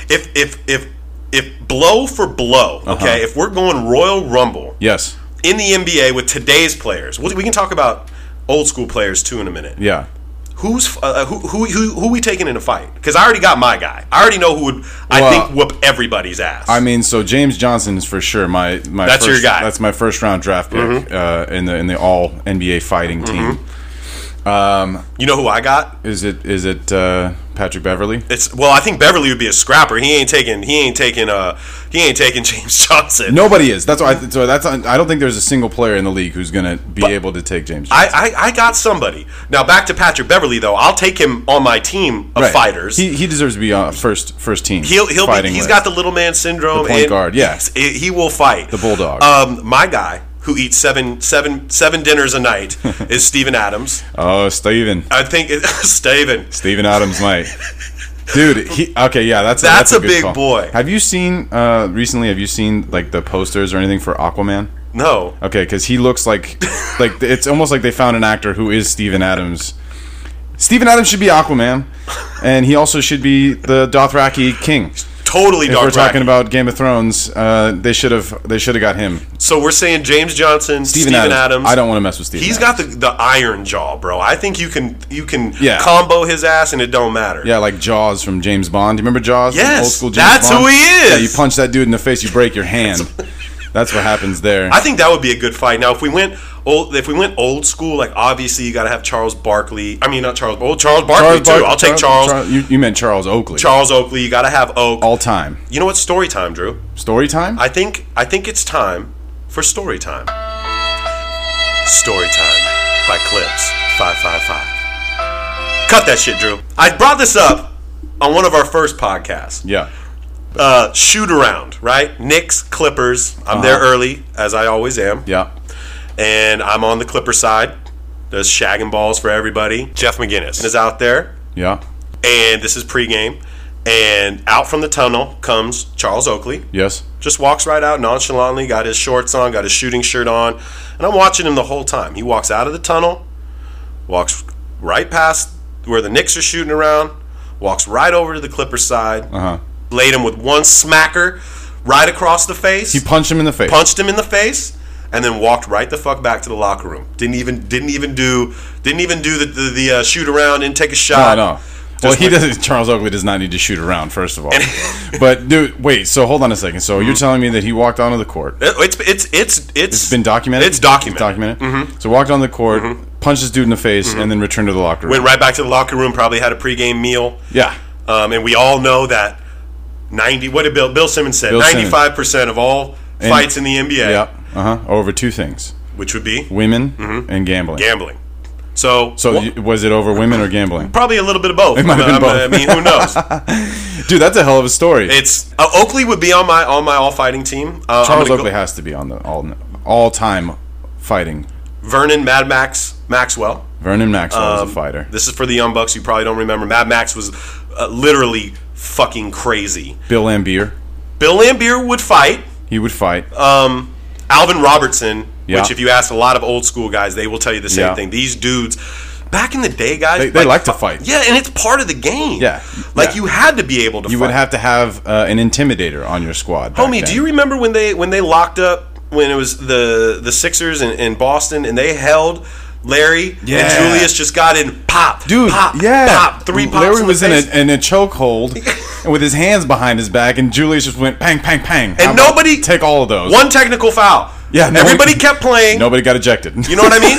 Speaker 2: if if if if blow for blow,
Speaker 3: Uh-huh.
Speaker 2: okay? If we're going Royal Rumble
Speaker 3: yes,
Speaker 2: in the NBA with today's players, we we can talk about old school players too in a minute.
Speaker 3: yeah.
Speaker 2: Who's uh, who, who who who we taking in a fight? Because I already got my guy. I already know who would I
Speaker 3: Well,
Speaker 2: think whoop everybody's ass.
Speaker 3: I mean, so James Johnson is for sure my my.
Speaker 2: That's
Speaker 3: first,
Speaker 2: your guy. Mm-hmm.
Speaker 3: That's my first round draft pick uh, in the in the all NBA fighting team.
Speaker 2: you know who I got?
Speaker 3: Is it is it uh, Patrick Beverly?
Speaker 2: It's well, I think Beverly would be a scrapper. He ain't taking he ain't taking uh he ain't taking <laughs> James Johnson.
Speaker 3: Nobody is. That's why. I, so that's. I don't think there's a single player in the league who's going to be able to take James. Johnson.
Speaker 2: I, I, I got somebody. Now back to Patrick Beverly though. I'll take him on my team of
Speaker 3: Right.
Speaker 2: fighters.
Speaker 3: He, he deserves to be on first first team.
Speaker 2: He'll he'll be,
Speaker 3: fighting
Speaker 2: he's
Speaker 3: list.
Speaker 2: got the little man syndrome.
Speaker 3: The point
Speaker 2: and
Speaker 3: guard, yeah.
Speaker 2: he's- he, he will fight
Speaker 3: The bulldog.
Speaker 2: Um, my guy who eats seven seven seven dinners
Speaker 3: <laughs>
Speaker 2: a night is Steven Adams.
Speaker 3: oh Steven.
Speaker 2: I think it, <laughs> Steven.
Speaker 3: Steven Adams
Speaker 2: <laughs>
Speaker 3: might. Dude, he okay, yeah, that's
Speaker 2: That's a
Speaker 3: good
Speaker 2: big
Speaker 3: call.
Speaker 2: boy.
Speaker 3: Have you seen uh recently? Have you seen like the posters or anything for Aquaman?
Speaker 2: No,
Speaker 3: Okay, because he looks like
Speaker 2: <laughs>
Speaker 3: like it's almost like they found an actor who is Steven Adams. Steven Adams should be Aquaman, and he also should be the Dothraki king.
Speaker 2: totally
Speaker 3: If
Speaker 2: dark.
Speaker 3: we're talking about Game of Thrones, uh, they should have they should have got him.
Speaker 2: so we're saying James Johnson, Steven, Adams.
Speaker 3: I don't want to mess with Steven.
Speaker 2: He's
Speaker 3: Adams.
Speaker 2: got the, the iron jaw, bro. I think you can you can
Speaker 3: Yeah.
Speaker 2: combo his ass and it don't matter.
Speaker 3: Yeah, like Jaws from James Bond. Do you remember Jaws? From
Speaker 2: Yes, that's
Speaker 3: Bond?
Speaker 2: who he is.
Speaker 3: Yeah, you punch that dude in the face, you break your hand. that's what happens there.
Speaker 2: I think that would be a good fight. Now, if we went old, if we went old school, like obviously you got to have Charles Barkley. I mean, not Charles. Oh, Charles Barkley too.
Speaker 3: Barkley-
Speaker 2: I'll take Charles. Charles,
Speaker 3: you, you meant Charles Oakley.
Speaker 2: Oakley. You got to have Oak.
Speaker 3: All time.
Speaker 2: You know what? Story time, Drew.
Speaker 3: Story time?
Speaker 2: I think I think it's time for story time. Story time by Clips Five Five Five. Cut that shit, Drew. I brought this up on one of our first podcasts.
Speaker 3: yeah.
Speaker 2: Uh, shoot around, right? Knicks, Clippers. I'm there early, as I always am.
Speaker 3: Yeah.
Speaker 2: and I'm on the Clipper side. There's shagging balls for everybody. Jeff McGinnis is out there,
Speaker 3: Yeah.
Speaker 2: and this is pregame. And out from the tunnel comes Charles Oakley.
Speaker 3: Yes.
Speaker 2: Just walks right out nonchalantly, got his shorts on, got his shooting shirt on, and I'm watching him the whole time. He walks out of the tunnel, walks right past where the Knicks are shooting around, walks right over to the Clipper side,
Speaker 3: Uh huh.
Speaker 2: laid him with one smacker right across the face
Speaker 3: He punched him in the face.
Speaker 2: punched him in the face and then walked right the fuck back to the locker room. Didn't even didn't even do didn't even do the the, the uh, shoot around and take a
Speaker 3: I
Speaker 2: shot.
Speaker 3: know.
Speaker 2: Just
Speaker 3: Well, he
Speaker 2: went-
Speaker 3: doesn't. Charles Oakley does not need to shoot around, first of all. <laughs> but dude, wait. So hold on a second. So you're telling me that he walked onto the court?
Speaker 2: It- It's it's it's Mm-hmm. it's,
Speaker 3: It's been documented.
Speaker 2: It's documented. Mm-hmm.
Speaker 3: documented. So walked on the court, punched this dude in the face, and then returned to the locker room.
Speaker 2: Went right back to the locker room. Probably had a pregame meal.
Speaker 3: Yeah.
Speaker 2: Um, and we all know that ninety. What did Bill Bill Simmons said?
Speaker 3: Bill Simmons.
Speaker 2: Ninety five percent of all
Speaker 3: And-
Speaker 2: fights in the NBA,
Speaker 3: Yeah. Uh huh. Over two things:
Speaker 2: which would be
Speaker 3: women and gambling.
Speaker 2: Mm-hmm. gambling. So
Speaker 3: so
Speaker 2: wha-
Speaker 3: y was it over women or
Speaker 2: <laughs>
Speaker 3: gambling?
Speaker 2: probably a little bit of both.
Speaker 3: might have
Speaker 2: I,
Speaker 3: been
Speaker 2: I- I
Speaker 3: both. <laughs>
Speaker 2: mean, who knows?
Speaker 3: Dude, that's a hell of a story.
Speaker 2: it's uh, Oakley would be on my on my all fighting team. Uh, I'm
Speaker 3: Charles
Speaker 2: gonna go-
Speaker 3: Oakley has to be on the all all time fighting.
Speaker 2: Vernon Mad Max Maxwell.
Speaker 3: Vernon Maxwell is a fighter.
Speaker 2: Um, This is for the Young Bucks. You probably don't remember. Mad Max was uh, literally fucking crazy.
Speaker 3: Bill Lambier,
Speaker 2: Bill Lambier would fight
Speaker 3: he would fight.
Speaker 2: um, Alvin Robertson,
Speaker 3: Yeah.
Speaker 2: which if you ask a lot of old school guys, they will tell you the same
Speaker 3: Yeah.
Speaker 2: thing. These dudes. Back in the day, guys,
Speaker 3: They- they like to fight.
Speaker 2: Yeah, and it's part of the game.
Speaker 3: Yeah.
Speaker 2: like
Speaker 3: Yeah.
Speaker 2: you had to be able to.
Speaker 3: you
Speaker 2: fight.
Speaker 3: would have to have uh, an intimidator on your squad. back
Speaker 2: Homie, do
Speaker 3: then.
Speaker 2: you remember when they when they locked up when it was the the Sixers in, in Boston and they held Larry and
Speaker 3: Yeah.
Speaker 2: Julius just got in pop,
Speaker 3: Dude,
Speaker 2: pop,
Speaker 3: yeah,
Speaker 2: pop, three pops.
Speaker 3: Larry
Speaker 2: in
Speaker 3: was
Speaker 2: the face.
Speaker 3: in a, in a
Speaker 2: <laughs>
Speaker 3: chokehold and with his hands behind his back, and Julius just went pang, pang, pang. How
Speaker 2: and
Speaker 3: about
Speaker 2: nobody
Speaker 3: take all of those.
Speaker 2: One technical foul.
Speaker 3: Yeah, nobody-
Speaker 2: everybody kept playing.
Speaker 3: Nobody got ejected.
Speaker 2: You know what I mean?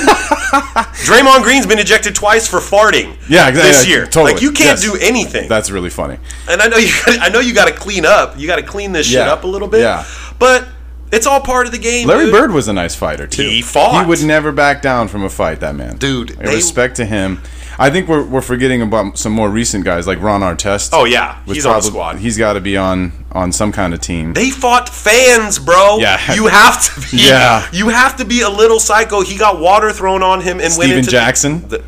Speaker 2: Draymond Green's been ejected twice for farting.
Speaker 3: <laughs> Yeah, exactly.
Speaker 2: This
Speaker 3: yeah,
Speaker 2: year,
Speaker 3: totally.
Speaker 2: like you
Speaker 3: Yes.
Speaker 2: can't do anything.
Speaker 3: That's really funny.
Speaker 2: and I know you. Gotta, I know you got to clean up. You got to clean this shit
Speaker 3: Yeah.
Speaker 2: up a little bit.
Speaker 3: Yeah.
Speaker 2: but it's all part of the game.
Speaker 3: Larry
Speaker 2: dude.
Speaker 3: Bird was a nice fighter too.
Speaker 2: He fought.
Speaker 3: He would never back down from a fight. That man,
Speaker 2: Dude,
Speaker 3: I
Speaker 2: they-
Speaker 3: respect to him. I think we're, we're forgetting about some more recent guys like Ron Artest.
Speaker 2: Oh, yeah.
Speaker 3: was
Speaker 2: He's on the
Speaker 3: probab-
Speaker 2: squad.
Speaker 3: He's got to be on on some kind of team.
Speaker 2: They fought fans, bro.
Speaker 3: Yeah.
Speaker 2: You have to be
Speaker 3: Yeah.
Speaker 2: you have to be a little psycho. He got water thrown on him and went
Speaker 3: Steven
Speaker 2: into
Speaker 3: Jackson.
Speaker 2: The,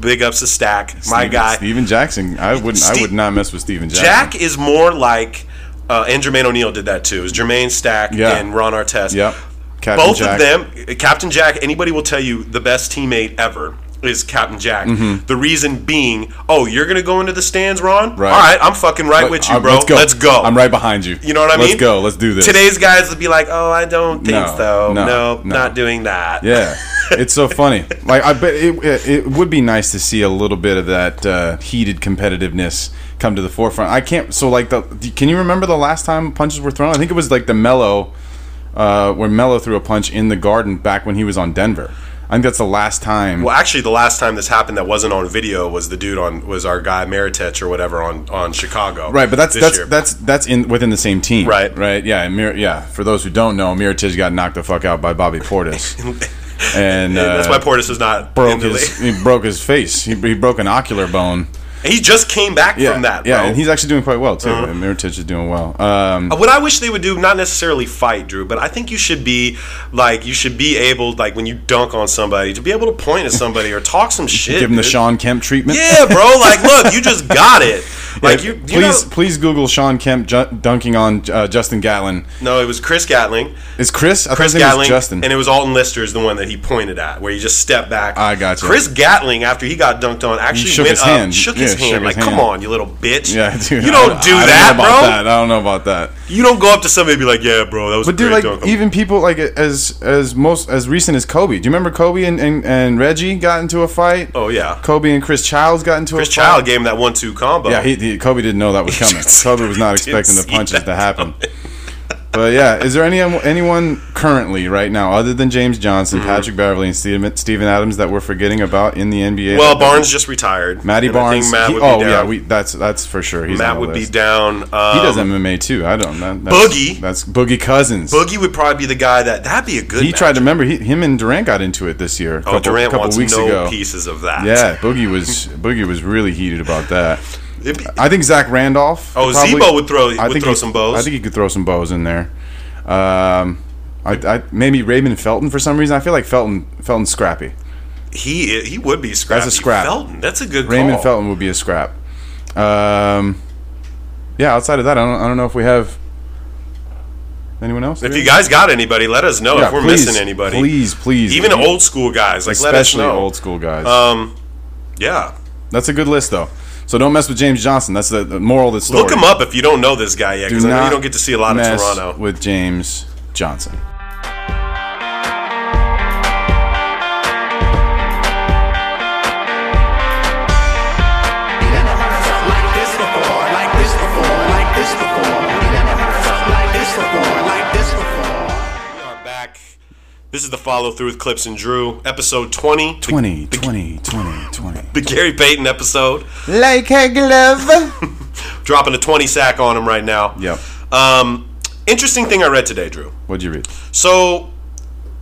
Speaker 2: big ups to Stack, my
Speaker 3: Steven-
Speaker 2: guy.
Speaker 3: Steven Jackson. I wouldn't. I
Speaker 2: Ste-
Speaker 3: would not mess with Steven Jackson.
Speaker 2: Jack is more like uh, and Jermaine O'Neal did that too. It was Jermaine Stack
Speaker 3: Yeah.
Speaker 2: and Ron Artest.
Speaker 3: Yep. Captain
Speaker 2: Both
Speaker 3: Jack.
Speaker 2: of them, Captain Jack, anybody will tell you the best teammate ever is Captain Jack.
Speaker 3: Mm-hmm.
Speaker 2: The reason being, oh, you're going to go into the stands, Ron?
Speaker 3: Right.
Speaker 2: All right, I'm fucking right with you,
Speaker 3: Uh,
Speaker 2: bro.
Speaker 3: Let's go.
Speaker 2: Let's go.
Speaker 3: I'm right behind you.
Speaker 2: You know what I mean?
Speaker 3: Let's go. Let's do this.
Speaker 2: Today's guys would be like, "Oh, I don't think
Speaker 3: No,
Speaker 2: so. No,
Speaker 3: no, no.
Speaker 2: <laughs> not doing that."
Speaker 3: Yeah. it's so funny. Like I bet it, it, it would be nice to see a little bit of that uh, heated competitiveness come to the forefront. I can't. So like the can you remember the last time punches were thrown? I think it was like the Mello, uh, where Mello threw a punch in the garden back when he was on Denver. I think that's the last time.
Speaker 2: Well, actually, the last time this happened that wasn't on video was the dude on was our guy Meritech or whatever on on Chicago.
Speaker 3: Right, but that's
Speaker 2: this
Speaker 3: that's
Speaker 2: year.
Speaker 3: that's that's in within the same team.
Speaker 2: Right.
Speaker 3: right, yeah, and Mir- yeah. For those who don't know, Miritich got knocked the fuck out by Bobby Portis, and
Speaker 2: <laughs> And that's
Speaker 3: uh,
Speaker 2: why Portis is not in
Speaker 3: broke
Speaker 2: the
Speaker 3: his
Speaker 2: league. <laughs>
Speaker 3: he broke his face. He, he broke an ocular bone.
Speaker 2: He just came back
Speaker 3: Yeah,
Speaker 2: from that.
Speaker 3: yeah,
Speaker 2: bro. Uh-huh. Oh,
Speaker 3: and he's actually doing quite well too. And Miritich is doing well. Um,
Speaker 2: What I wish they would do, not necessarily fight, Drew, but I think you should be like you should be able, like when you dunk on somebody, to be able to point at somebody or talk
Speaker 3: <laughs>
Speaker 2: some shit.
Speaker 3: give him the
Speaker 2: dude.
Speaker 3: Sean Kemp treatment.
Speaker 2: Yeah, bro.
Speaker 3: <laughs>
Speaker 2: Like, look, you just got it. Like, you, you
Speaker 3: please,
Speaker 2: know-
Speaker 3: please Google Sean Kemp ju- dunking on uh, Justin Gatlin.
Speaker 2: no, it was Chris Gatling.
Speaker 3: Is Chris? I thought
Speaker 2: Chris
Speaker 3: his name was
Speaker 2: Gatling,
Speaker 3: Justin.
Speaker 2: and it was Alton Lister is the one that he pointed at, where he just stepped back.
Speaker 3: I gotcha.
Speaker 2: Chris Gatling, after he got dunked on, actually
Speaker 3: shook
Speaker 2: went
Speaker 3: his
Speaker 2: up,
Speaker 3: hand.
Speaker 2: shook
Speaker 3: Yeah,
Speaker 2: his
Speaker 3: shook his
Speaker 2: hand. like,
Speaker 3: hand.
Speaker 2: come on, you little bitch.
Speaker 3: yeah, <laughs> dude.
Speaker 2: you
Speaker 3: I
Speaker 2: don't do
Speaker 3: I
Speaker 2: that,
Speaker 3: know about
Speaker 2: bro.
Speaker 3: That. I don't know about that.
Speaker 2: You don't go up to somebody and be like, yeah, bro, that was
Speaker 3: But
Speaker 2: a
Speaker 3: dude,
Speaker 2: great
Speaker 3: like
Speaker 2: dunk.
Speaker 3: even people like as as most as recent as Kobe. Do you remember Kobe and, and, and Reggie got into a fight?
Speaker 2: Oh, yeah.
Speaker 3: Kobe and Chris Childs got into
Speaker 2: Chris
Speaker 3: a fight.
Speaker 2: Child gave him that one-two combo.
Speaker 3: Yeah, he, he Kobe didn't know that was
Speaker 2: <laughs>
Speaker 3: coming.
Speaker 2: just-
Speaker 3: Kobe was not
Speaker 2: didn't
Speaker 3: expecting the
Speaker 2: see
Speaker 3: punches
Speaker 2: that
Speaker 3: to happen. But yeah, is there any um, anyone currently right now other than James Johnson,
Speaker 2: Mm-hmm.
Speaker 3: Patrick Beverly, and Steven, Steven Adams that we're forgetting about in the NBA?
Speaker 2: Well, Barnes just retired.
Speaker 3: Matty
Speaker 2: and I
Speaker 3: Barnes.
Speaker 2: think Matt
Speaker 3: he-
Speaker 2: would be
Speaker 3: oh
Speaker 2: down.
Speaker 3: yeah, we, that's that's for sure. He's on
Speaker 2: Matt
Speaker 3: the
Speaker 2: would be
Speaker 3: list.
Speaker 2: down. Um,
Speaker 3: He does MMA too. I don't. That, that's,
Speaker 2: Boogie.
Speaker 3: That's Boogie Cousins.
Speaker 2: Boogie would probably be the guy that that'd be a good.
Speaker 3: He
Speaker 2: match.
Speaker 3: tried to remember. He, him and Durant got into it this year. A
Speaker 2: Oh,
Speaker 3: couple,
Speaker 2: Durant
Speaker 3: couple
Speaker 2: wants
Speaker 3: weeks
Speaker 2: no
Speaker 3: ago.
Speaker 2: pieces of that.
Speaker 3: Yeah, Boogie was Boogie was really heated about that.
Speaker 2: It'd be-
Speaker 3: I think Zach Randolph.
Speaker 2: Oh, Zebo would throw- would throw
Speaker 3: he-
Speaker 2: some bows.
Speaker 3: I think he could throw some bows in there. Um, I, I maybe Raymond Felton for some reason. I feel like Felton Felton's scrappy.
Speaker 2: he he would be scrappy.
Speaker 3: scrap.
Speaker 2: Felton. That's a good
Speaker 3: Raymond
Speaker 2: call.
Speaker 3: Felton would be a scrap. Um, yeah. Outside of that, I don't, I don't know if we have anyone else.
Speaker 2: If you guys got anybody, let us know.
Speaker 3: Yeah,
Speaker 2: if we're
Speaker 3: please,
Speaker 2: missing anybody,
Speaker 3: please, please,
Speaker 2: even
Speaker 3: if you-
Speaker 2: old school guys, like let us
Speaker 3: especially
Speaker 2: know.
Speaker 3: old school guys.
Speaker 2: Um, yeah,
Speaker 3: That's a good list though. So don't mess with James Johnson. That's the, the moral of the story.
Speaker 2: look him up if you don't know this guy yet, because I know you
Speaker 3: not
Speaker 2: don't get to see a lot of
Speaker 3: mess
Speaker 2: Toronto.
Speaker 3: with James Johnson.
Speaker 1: like this before, like this before, like this before. We never heard something like this before, like this before.
Speaker 2: We are back. This is the follow through with Clips and Drew, episode twenty.
Speaker 3: 20, 20, 20, 20.
Speaker 2: The Gary Payton episode.
Speaker 3: Like a glove.
Speaker 2: <laughs> Dropping a twenty sack on him right now.
Speaker 3: Yep.
Speaker 2: Um, interesting thing I read today, Drew.
Speaker 3: What'd you read?
Speaker 2: So,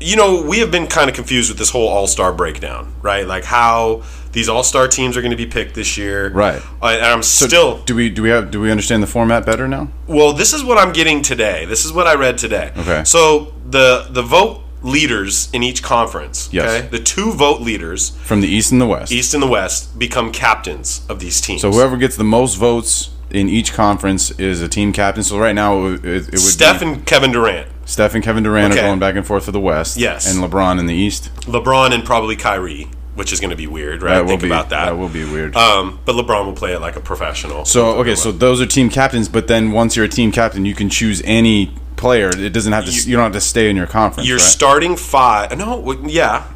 Speaker 2: you know, we have been kind of confused with this whole All Star breakdown, right? Like how these All Star teams are going to be picked this year,
Speaker 3: Right.
Speaker 2: Uh, And I'm still
Speaker 3: Do we do we have do we understand the format better now?
Speaker 2: well. This is what I'm getting today. This is what I read today.
Speaker 3: Okay.
Speaker 2: So the the vote leaders in each conference.
Speaker 3: Yes.
Speaker 2: The two vote leaders,
Speaker 3: From the east and the west.
Speaker 2: East and the West, become captains of these teams.
Speaker 3: So whoever gets the most votes in each conference is a team captain. So right now it, would- it, it would
Speaker 2: Steph
Speaker 3: be
Speaker 2: and Kevin Durant,
Speaker 3: Steph and Kevin Durant
Speaker 2: Okay.
Speaker 3: are going back and forth for the west.
Speaker 2: Yes.
Speaker 3: and LeBron in the east.
Speaker 2: LeBron, and probably Kyrie, which is going to be weird, right? Think
Speaker 3: be
Speaker 2: about that.
Speaker 3: will be weird.
Speaker 2: Um, but LeBron will play it like a professional.
Speaker 3: so okay, so those are team captains. But then once you're a team captain, you can choose any player. It doesn't have to. You, don't have to stay in your conference.
Speaker 2: You're
Speaker 3: right?
Speaker 2: starting five. No, w- yeah,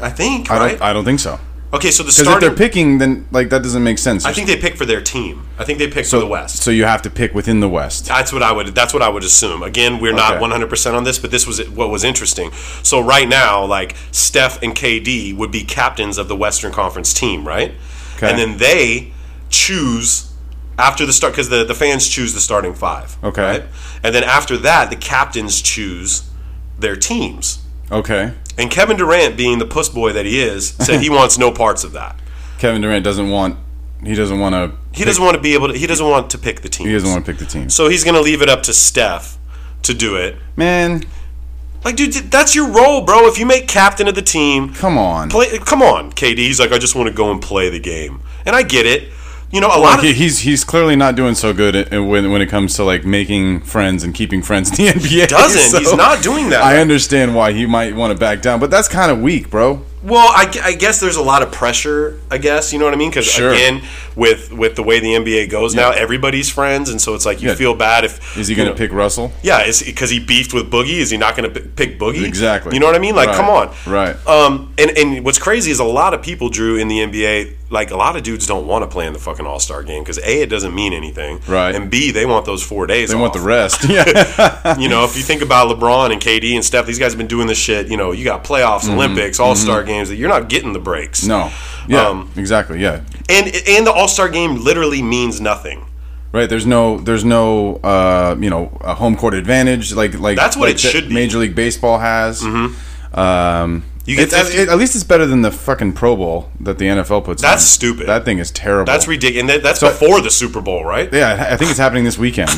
Speaker 2: I think
Speaker 3: I don't.
Speaker 2: right.
Speaker 3: I don't think so.
Speaker 2: okay, so the
Speaker 3: Because if
Speaker 2: starting.
Speaker 3: they're picking, then like that doesn't make sense.
Speaker 2: I think they pick for their team. I think they pick for the West.
Speaker 3: So you have to pick within the West.
Speaker 2: that's what I would. That's what I would assume. Again, we're not
Speaker 3: Okay.
Speaker 2: 100 percent on this, but this was what was interesting. So right now, like Steph and KD would be captains of the Western Conference team, right?
Speaker 3: Okay.
Speaker 2: And then they choose after the start because the the fans choose the starting five.
Speaker 3: Okay.
Speaker 2: right? And then after that, the captains choose their teams.
Speaker 3: Okay.
Speaker 2: And Kevin Durant, being the puss boy that he is,
Speaker 3: <laughs>
Speaker 2: said he wants no parts of that.
Speaker 3: Kevin Durant doesn't want. He doesn't want to.
Speaker 2: He doesn't want to be able to. He doesn't want to pick the team.
Speaker 3: He doesn't want to pick the team.
Speaker 2: So he's going to leave it up to Steph to do it.
Speaker 3: Man,
Speaker 2: Like, dude, th- that's your role, bro. If you make captain of the team,
Speaker 3: come on.
Speaker 2: play. Come on, KD. He's like, I just want to go and play the game, and I get it. You know, a
Speaker 3: Like,
Speaker 2: lot of
Speaker 3: he- he's he's clearly not doing so good at, at when when it comes to like making friends and keeping friends in the <laughs> NBA.
Speaker 2: doesn't.
Speaker 3: so
Speaker 2: he's not doing that.
Speaker 3: I understand why he might want to back down, but that's kind of weak, bro.
Speaker 2: Well, I, gu- I guess there's a lot of pressure. I guess you know what I mean because
Speaker 3: Sure.
Speaker 2: again, with with the way the NBA goes now, everybody's friends, and so it's like you
Speaker 3: Yeah.
Speaker 2: feel bad if
Speaker 3: Is he
Speaker 2: you
Speaker 3: going
Speaker 2: know,
Speaker 3: to pick Russell?
Speaker 2: Yeah, is because he beefed with Boogie. Is he not going to pick Boogie?
Speaker 3: Exactly.
Speaker 2: You know what I mean? Like,
Speaker 3: Right.
Speaker 2: come on.
Speaker 3: Right.
Speaker 2: Um. And and what's crazy is a lot of people drew in the NBA. Like a lot of dudes don't want to play in the fucking All Star game because a it doesn't mean anything.
Speaker 3: Right.
Speaker 2: And b they want those four days.
Speaker 3: They want the
Speaker 2: off. <laughs>
Speaker 3: rest. Yeah.
Speaker 2: You know, if you think about LeBron and KD and Steph, these guys have been doing this shit. You know, you got playoffs, Olympics, All Star games. That you're not getting the breaks.
Speaker 3: Mm-hmm. no. Yeah.
Speaker 2: Um,
Speaker 3: exactly. Yeah.
Speaker 2: And and the All Star game literally means nothing.
Speaker 3: Right. There's no. There's no. Uh, you know, a home court advantage like like
Speaker 2: That's what
Speaker 3: like
Speaker 2: it
Speaker 3: that
Speaker 2: should be. Mm-hmm.
Speaker 3: Major League Baseball has. Um,
Speaker 2: You get
Speaker 3: it's- at-
Speaker 2: 50
Speaker 3: at least it's better than the fucking Pro Bowl that the NFL puts.
Speaker 2: That's
Speaker 3: on.
Speaker 2: stupid.
Speaker 3: That thing is terrible.
Speaker 2: That's ridiculous. And that, that's before the Super Bowl, right?
Speaker 3: Yeah, I I think it's happening this
Speaker 2: <laughs>
Speaker 3: weekend.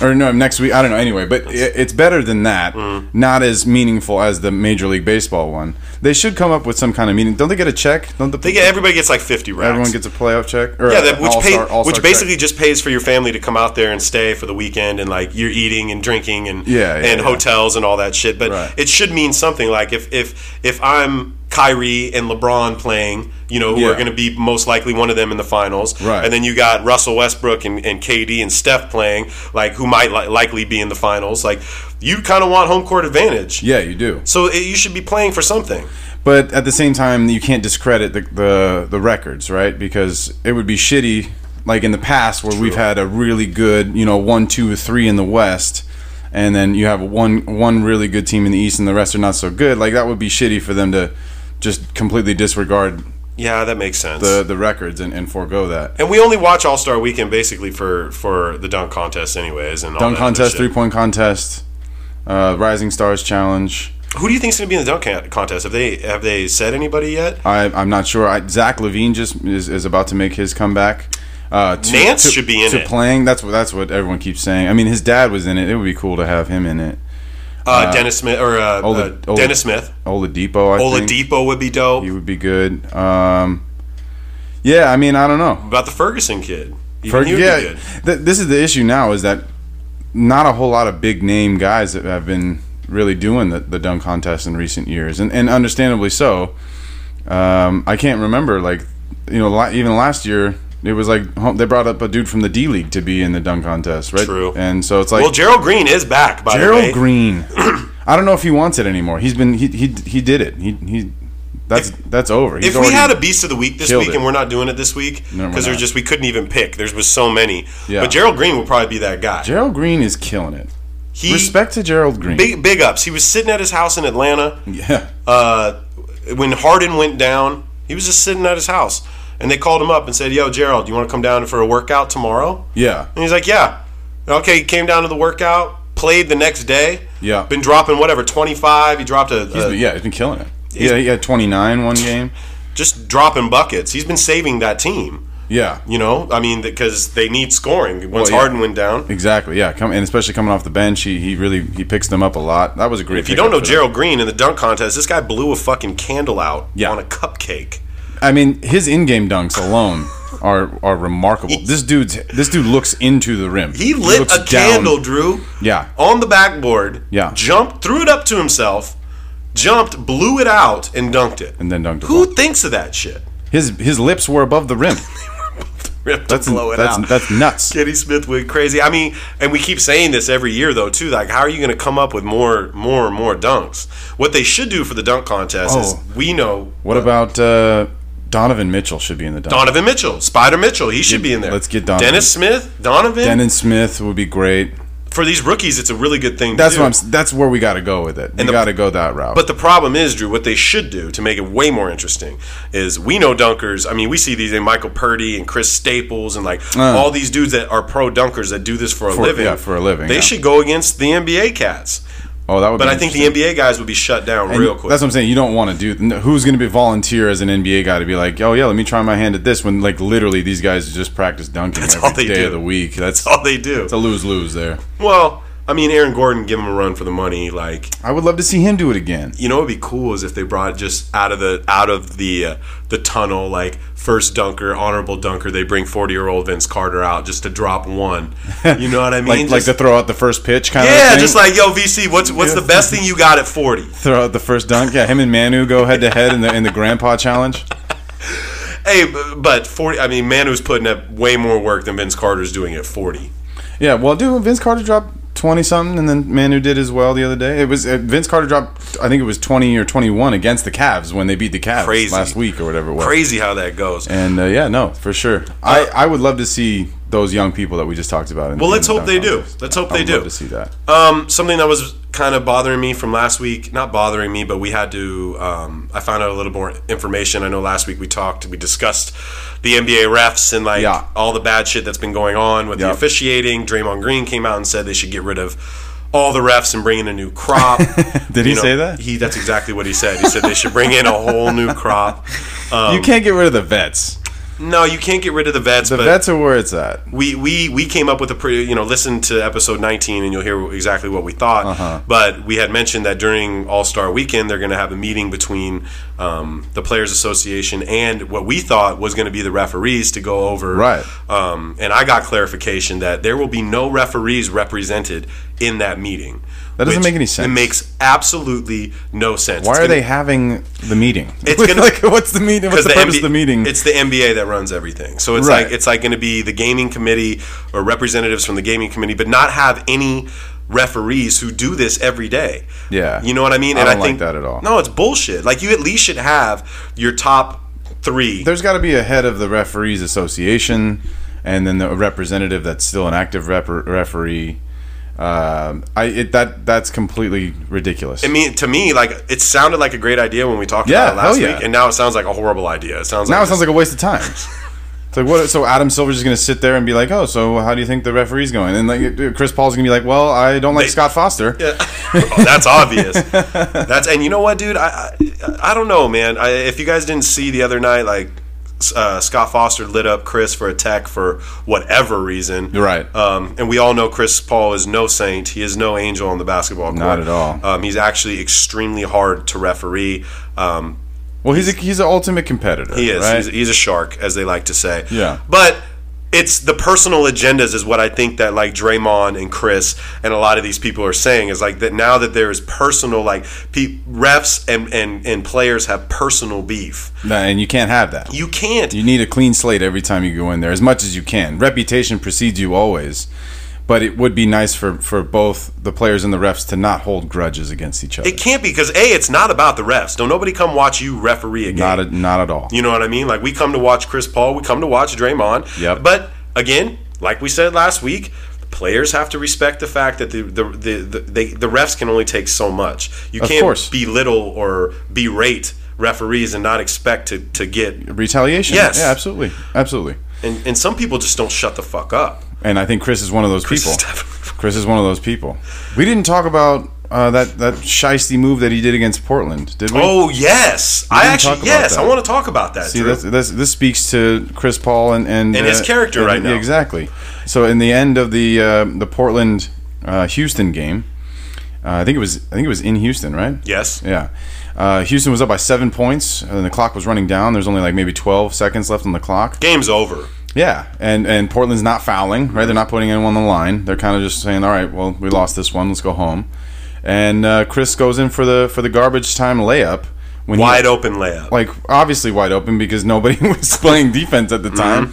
Speaker 3: or no, next week. I don't know. Anyway, but i it's better than that.
Speaker 2: Mm.
Speaker 3: Not as meaningful as the Major League Baseball one. They should come up with some kind of meaning. Don't they get a check? Don't the,
Speaker 2: They get everybody gets like fifty racks.
Speaker 3: everyone gets a playoff check? Or
Speaker 2: Yeah,
Speaker 3: a-
Speaker 2: that, which
Speaker 3: all-star-
Speaker 2: pay,
Speaker 3: all-star
Speaker 2: which
Speaker 3: check?
Speaker 2: basically just pays for your family to come out there and stay for the weekend and like you're eating and drinking and
Speaker 3: Yeah, yeah,
Speaker 2: and
Speaker 3: yeah.
Speaker 2: hotels and all that shit. But
Speaker 3: Right.
Speaker 2: it should mean something. Like if if if I'm Kyrie and LeBron playing, you know, who are
Speaker 3: Yeah.
Speaker 2: going to be most likely one of them in the finals,
Speaker 3: Right.
Speaker 2: And then you got Russell Westbrook and, and KD and Steph playing, like who might li- likely be in the finals. Like you kind of want home court advantage.
Speaker 3: Yeah, you do.
Speaker 2: So it, you should be playing for something.
Speaker 3: But at the same time, you can't discredit the, the the records, right? Because it would be shitty, like in the past, where we've had a really good, you know, one, two, three in the West, and then you have one one really good team in the East, and the rest are not so good. Like that would be shitty for them to just completely disregard
Speaker 2: Yeah, that makes sense.
Speaker 3: the the records and, and forego that.
Speaker 2: And we only watch All Star Weekend basically for for the dunk contest, anyways. And all
Speaker 3: Dunk
Speaker 2: that other
Speaker 3: contest,
Speaker 2: shit.
Speaker 3: three point contest, uh, Rising Stars challenge.
Speaker 2: Who do you think's going to be in the dunk can- contest? Have they have they said anybody yet?
Speaker 3: I, I'm not sure. I, Zach Levine just is, is about to make his comeback. Uh, to,
Speaker 2: Nance
Speaker 3: to-
Speaker 2: should be in
Speaker 3: to
Speaker 2: it.
Speaker 3: playing. That's what that's what everyone keeps saying. I mean, his dad was in it. It would be cool to have him in it.
Speaker 2: Uh, Dennis Smith or uh,
Speaker 3: Ola-
Speaker 2: uh,
Speaker 3: Ola-
Speaker 2: Dennis Smith,
Speaker 3: Oladipo, I think
Speaker 2: Oladipo would be dope.
Speaker 3: he would be good. Um, yeah, I mean, I don't know.
Speaker 2: About the Ferguson kid, even
Speaker 3: Fer-
Speaker 2: he would
Speaker 3: yeah,
Speaker 2: be good.
Speaker 3: th- this is the issue now is that not a whole lot of big name guys that have been really doing the, the dunk contest in recent years, and, and understandably so. Um, I can't remember like you know la- even last year it was like huh, they brought up a dude from the D League to be in the dunk contest, right?
Speaker 2: True.
Speaker 3: And so it's like
Speaker 2: Well, Gerald Green is back. By the way,
Speaker 3: Gerald
Speaker 2: <clears throat>
Speaker 3: Green. I don't know if he wants it anymore. He's been he he, he did it. He he that's that's over. He's
Speaker 2: If we
Speaker 3: already-
Speaker 2: had a beast of the week this
Speaker 3: killed
Speaker 2: week,
Speaker 3: it.
Speaker 2: and we're not doing it this week
Speaker 3: No, we're
Speaker 2: because there's
Speaker 3: not.
Speaker 2: just we couldn't even pick. There was so many.
Speaker 3: Yeah.
Speaker 2: But Gerald Green would probably be that guy.
Speaker 3: Gerald Green is killing it.
Speaker 2: he
Speaker 3: Respect to Gerald Green.
Speaker 2: big big ups. He was sitting at his house in Atlanta.
Speaker 3: <laughs> yeah.
Speaker 2: uh, when Harden went down, he was just sitting at his house, and they called him up and said, "Yo, Gerald, you want to come down for a workout tomorrow?"
Speaker 3: Yeah.
Speaker 2: And he's like, "Yeah." Okay, he came down to the workout, played the next day.
Speaker 3: Yeah.
Speaker 2: Been dropping whatever twenty five. He dropped a,
Speaker 3: He's
Speaker 2: a-
Speaker 3: been, yeah, he's been killing it. Yeah, he had 29 one game.
Speaker 2: just dropping buckets. He's been saving that team.
Speaker 3: Yeah,
Speaker 2: You know, I mean, because they need scoring. Once
Speaker 3: Well, yeah.
Speaker 2: Harden went down,
Speaker 3: exactly. Yeah, come and especially coming off the bench, he, he really he picks them up a lot. That was a great.
Speaker 2: if you don't know Gerald Green in the dunk contest, this guy blew a fucking candle out
Speaker 3: Yeah.
Speaker 2: on a cupcake.
Speaker 3: I mean his in-game dunks
Speaker 2: <laughs>
Speaker 3: alone are are remarkable. this dude's this dude looks into the rim.
Speaker 2: He lit
Speaker 3: looks
Speaker 2: a candle, Drew.
Speaker 3: Yeah.
Speaker 2: On the backboard.
Speaker 3: Yeah.
Speaker 2: Jumped, threw it up to himself, jumped, blew it out, and dunked it.
Speaker 3: and then dunked. the
Speaker 2: Who
Speaker 3: ball.
Speaker 2: thinks of that shit?
Speaker 3: His his lips were above the
Speaker 2: <laughs>
Speaker 3: rim.
Speaker 2: We have to
Speaker 3: That's
Speaker 2: blow it
Speaker 3: that's
Speaker 2: out.
Speaker 3: that's nuts.
Speaker 2: <laughs> Kenny Smith went crazy. I mean, and we keep saying this every year though too. Like, how are you going to come up with more, more, and more dunks? What they should do for the dunk contest
Speaker 3: Oh.
Speaker 2: is we know
Speaker 3: What about uh, Donovan Mitchell should be in the dunk.
Speaker 2: Donovan Mitchell, Spider Mitchell. He should be in there.
Speaker 3: let's get Donovan.
Speaker 2: Dennis Smith, Donovan.
Speaker 3: Dennis Smith would be great.
Speaker 2: For these rookies, it's a really good thing.
Speaker 3: That's
Speaker 2: to do.
Speaker 3: what I'm. s- That's where we got to go with it. We
Speaker 2: the-
Speaker 3: got to go that route.
Speaker 2: But the problem is, Drew, what they should do to make it way more interesting is we know dunkers. I mean, we see these in Michael Purdy and Chris Staples and like all these dudes that are pro dunkers that do this for a
Speaker 3: Uh. For-
Speaker 2: living.
Speaker 3: yeah, for a living,
Speaker 2: They
Speaker 3: yeah.
Speaker 2: should go against the NBA cats.
Speaker 3: oh, that would.
Speaker 2: But
Speaker 3: be
Speaker 2: I think the
Speaker 3: interesting.
Speaker 2: NBA guys would be shut down
Speaker 3: And
Speaker 2: real quick. <laughs>
Speaker 3: That's what I'm saying. You don't want to do. n- Who's going to be volunteer as an NBA guy to be like, oh yeah, let me try my hand at this when like literally these guys just practice dunking
Speaker 2: That's
Speaker 3: every
Speaker 2: all they
Speaker 3: day <laughs>
Speaker 2: do.
Speaker 3: of the week. That's
Speaker 2: all they do.
Speaker 3: it's a lose lose there.
Speaker 2: well, I mean, Aaron Gordon, give him a run for the money. Like,
Speaker 3: I would love to see him do it again.
Speaker 2: you know, what'd be cool is if they brought just out of the out of the uh, the tunnel, like first dunker, honorable dunker. They bring forty year old Vince Carter out just to drop one. You know
Speaker 3: <laughs>
Speaker 2: what I mean?
Speaker 3: Like, like
Speaker 2: Just-
Speaker 3: to throw out the first pitch kind of
Speaker 2: yeah,
Speaker 3: thing.
Speaker 2: just like yo, VC. What's what's the best
Speaker 3: <laughs>
Speaker 2: thing you got at forty?
Speaker 3: throw out the first dunk. Yeah, him and Manu go head to head in the in the grandpa challenge.
Speaker 2: Hey, b- but forty. I mean, Manu's putting up way more work than Vince Carter's doing at forty.
Speaker 3: Yeah, well, dude, Vince Carter dropped twenty something, and then Manu did as well the other day. It was uh, Vince Carter dropped, I think it was twenty or twenty one against the Cavs when they beat the Cavs
Speaker 2: Crazy.
Speaker 3: last week or whatever it was.
Speaker 2: Crazy how that goes.
Speaker 3: And uh, yeah, no, for sure. I, I would love to see those young people that we just talked about. In
Speaker 2: Uh, Well, let's
Speaker 3: in the
Speaker 2: hope they do.
Speaker 3: contest.
Speaker 2: Let's hope
Speaker 3: I
Speaker 2: they
Speaker 3: would
Speaker 2: do.
Speaker 3: Love to see that.
Speaker 2: Um, something that was kind of bothering me from last week, not bothering me, but we had to, um, I found out a little more information. I know last week we talked, we discussed the NBA refs and like
Speaker 3: Yeah.
Speaker 2: all the bad shit that's been going on with
Speaker 3: Yeah.
Speaker 2: the officiating. Draymond Green came out and said they should get rid of all the refs and bring in a new crop.
Speaker 3: <laughs> Did he say that?
Speaker 2: He, that's exactly what he said. He said they should bring in a whole new crop.
Speaker 3: <laughs>
Speaker 2: Um,
Speaker 3: you can't get rid of the vets.
Speaker 2: no, you can't get rid of the vets,
Speaker 3: The
Speaker 2: but
Speaker 3: vets are where it's at.
Speaker 2: we we we came up with a pretty you know listen to episode 19 and you'll hear exactly what we thought
Speaker 3: Uh-huh.
Speaker 2: but we had mentioned that during all-star weekend they're going to have a meeting between um, the players association and what we thought was going to be the referees to go over
Speaker 3: Right.
Speaker 2: um, and i got clarification that there will be no referees represented in that meeting
Speaker 3: That doesn't
Speaker 2: which
Speaker 3: make any sense.
Speaker 2: it makes absolutely no sense
Speaker 3: Why
Speaker 2: It's
Speaker 3: are
Speaker 2: gonna-
Speaker 3: they having the meeting?
Speaker 2: It's
Speaker 3: <laughs>
Speaker 2: gonna-
Speaker 3: like what's the meeting? What's
Speaker 2: because
Speaker 3: the, purpose of the meeting?
Speaker 2: It's the NBA that runs everything. So it's
Speaker 3: Right.
Speaker 2: like it's like going to be the gaming committee or representatives from the gaming committee, but not have any referees who do this every day.
Speaker 3: Yeah.
Speaker 2: you know what I mean.
Speaker 3: I don't like that at all.
Speaker 2: No, it's bullshit. Like you at least should have your top three.
Speaker 3: There's got to be a head of the referees association, and then the representative that's still an active rep- referee. Um, I it, that that's completely ridiculous.
Speaker 2: I mean, to me, like it sounded like a great idea when we talked
Speaker 3: Yeah,
Speaker 2: about it last
Speaker 3: hell yeah.
Speaker 2: week, and now it sounds like a horrible idea. It sounds
Speaker 3: now it
Speaker 2: like
Speaker 3: sounds like a waste of time. It's like what? So Adam Silver's just gonna sit there and be like, "Oh, so how do you think the referee's going?" And like uh, Chris Paul's gonna be like, "Well, I don't like
Speaker 2: They-
Speaker 3: Scott Foster."
Speaker 2: <laughs> Oh, that's obvious. That's and you know what, dude? I I, I don't know, man. I, if you guys didn't see the other night, like uh, Scott Foster lit up Chris for a tech for whatever reason,
Speaker 3: Right.
Speaker 2: Um, and we all know Chris Paul is no saint. He is no angel on the basketball court.
Speaker 3: Not at all.
Speaker 2: Um, he's actually extremely hard to referee. Um,
Speaker 3: Well, he's a, he's an ultimate competitor.
Speaker 2: he is.
Speaker 3: right?
Speaker 2: He's, he's a shark, as they like to say.
Speaker 3: Yeah.
Speaker 2: But it's the personal agendas is what I think that like Draymond and Chris and a lot of these people are saying is like that now that there is personal like pe- refs and, and and players have personal beef.
Speaker 3: Nah, and you can't have that.
Speaker 2: You can't.
Speaker 3: You need a clean slate every time you go in there, as much as you can. Reputation precedes you always, but it would be nice for, for both the players and the refs to not hold grudges against each other.
Speaker 2: it can't be because a it's not about the refs. Don't nobody come watch you referee a game.
Speaker 3: Not a, not at all.
Speaker 2: You know what I mean? Like we come to watch Chris Paul, we come to watch Draymond.
Speaker 3: Yep.
Speaker 2: But again, like we said last week, players have to respect the fact that the the the, the, they, the refs can only take so much. You
Speaker 3: Of
Speaker 2: can't
Speaker 3: course.
Speaker 2: belittle or berate referees and not expect to, to get
Speaker 3: Retaliation.
Speaker 2: Yes.
Speaker 3: Yeah, absolutely, absolutely.
Speaker 2: and, and some people just don't shut the fuck up.
Speaker 3: And I think Chris is one of those
Speaker 2: Chris
Speaker 3: people.
Speaker 2: is definitely-
Speaker 3: Chris is one of those people. We didn't talk about uh, that that shisty move that he did against Portland, did we?
Speaker 2: Oh yes. I
Speaker 3: didn't
Speaker 2: actually
Speaker 3: talk about
Speaker 2: yes, I
Speaker 3: that.
Speaker 2: want to talk about that.
Speaker 3: See,
Speaker 2: Drew.
Speaker 3: that's, that's, this speaks to Chris Paul and and,
Speaker 2: And his character right now.
Speaker 3: Exactly. So in the end of the uh, the Portland uh, Houston game, uh, I think it was I think it was in Houston, right?
Speaker 2: yes.
Speaker 3: Yeah. Uh, Houston was up by seven points, and the clock was running down. There's only like maybe 12 seconds left on the clock.
Speaker 2: Game's over.
Speaker 3: Yeah, and and Portland's not fouling, right? They're not putting anyone on the line. They're kind of just saying, "All right, well, we lost this one. Let's go home." And uh, Chris goes in for the for the garbage time layup when he-
Speaker 2: Wide open layup.
Speaker 3: like obviously wide open because nobody <laughs> was playing defense at the time.
Speaker 2: Mm-hmm.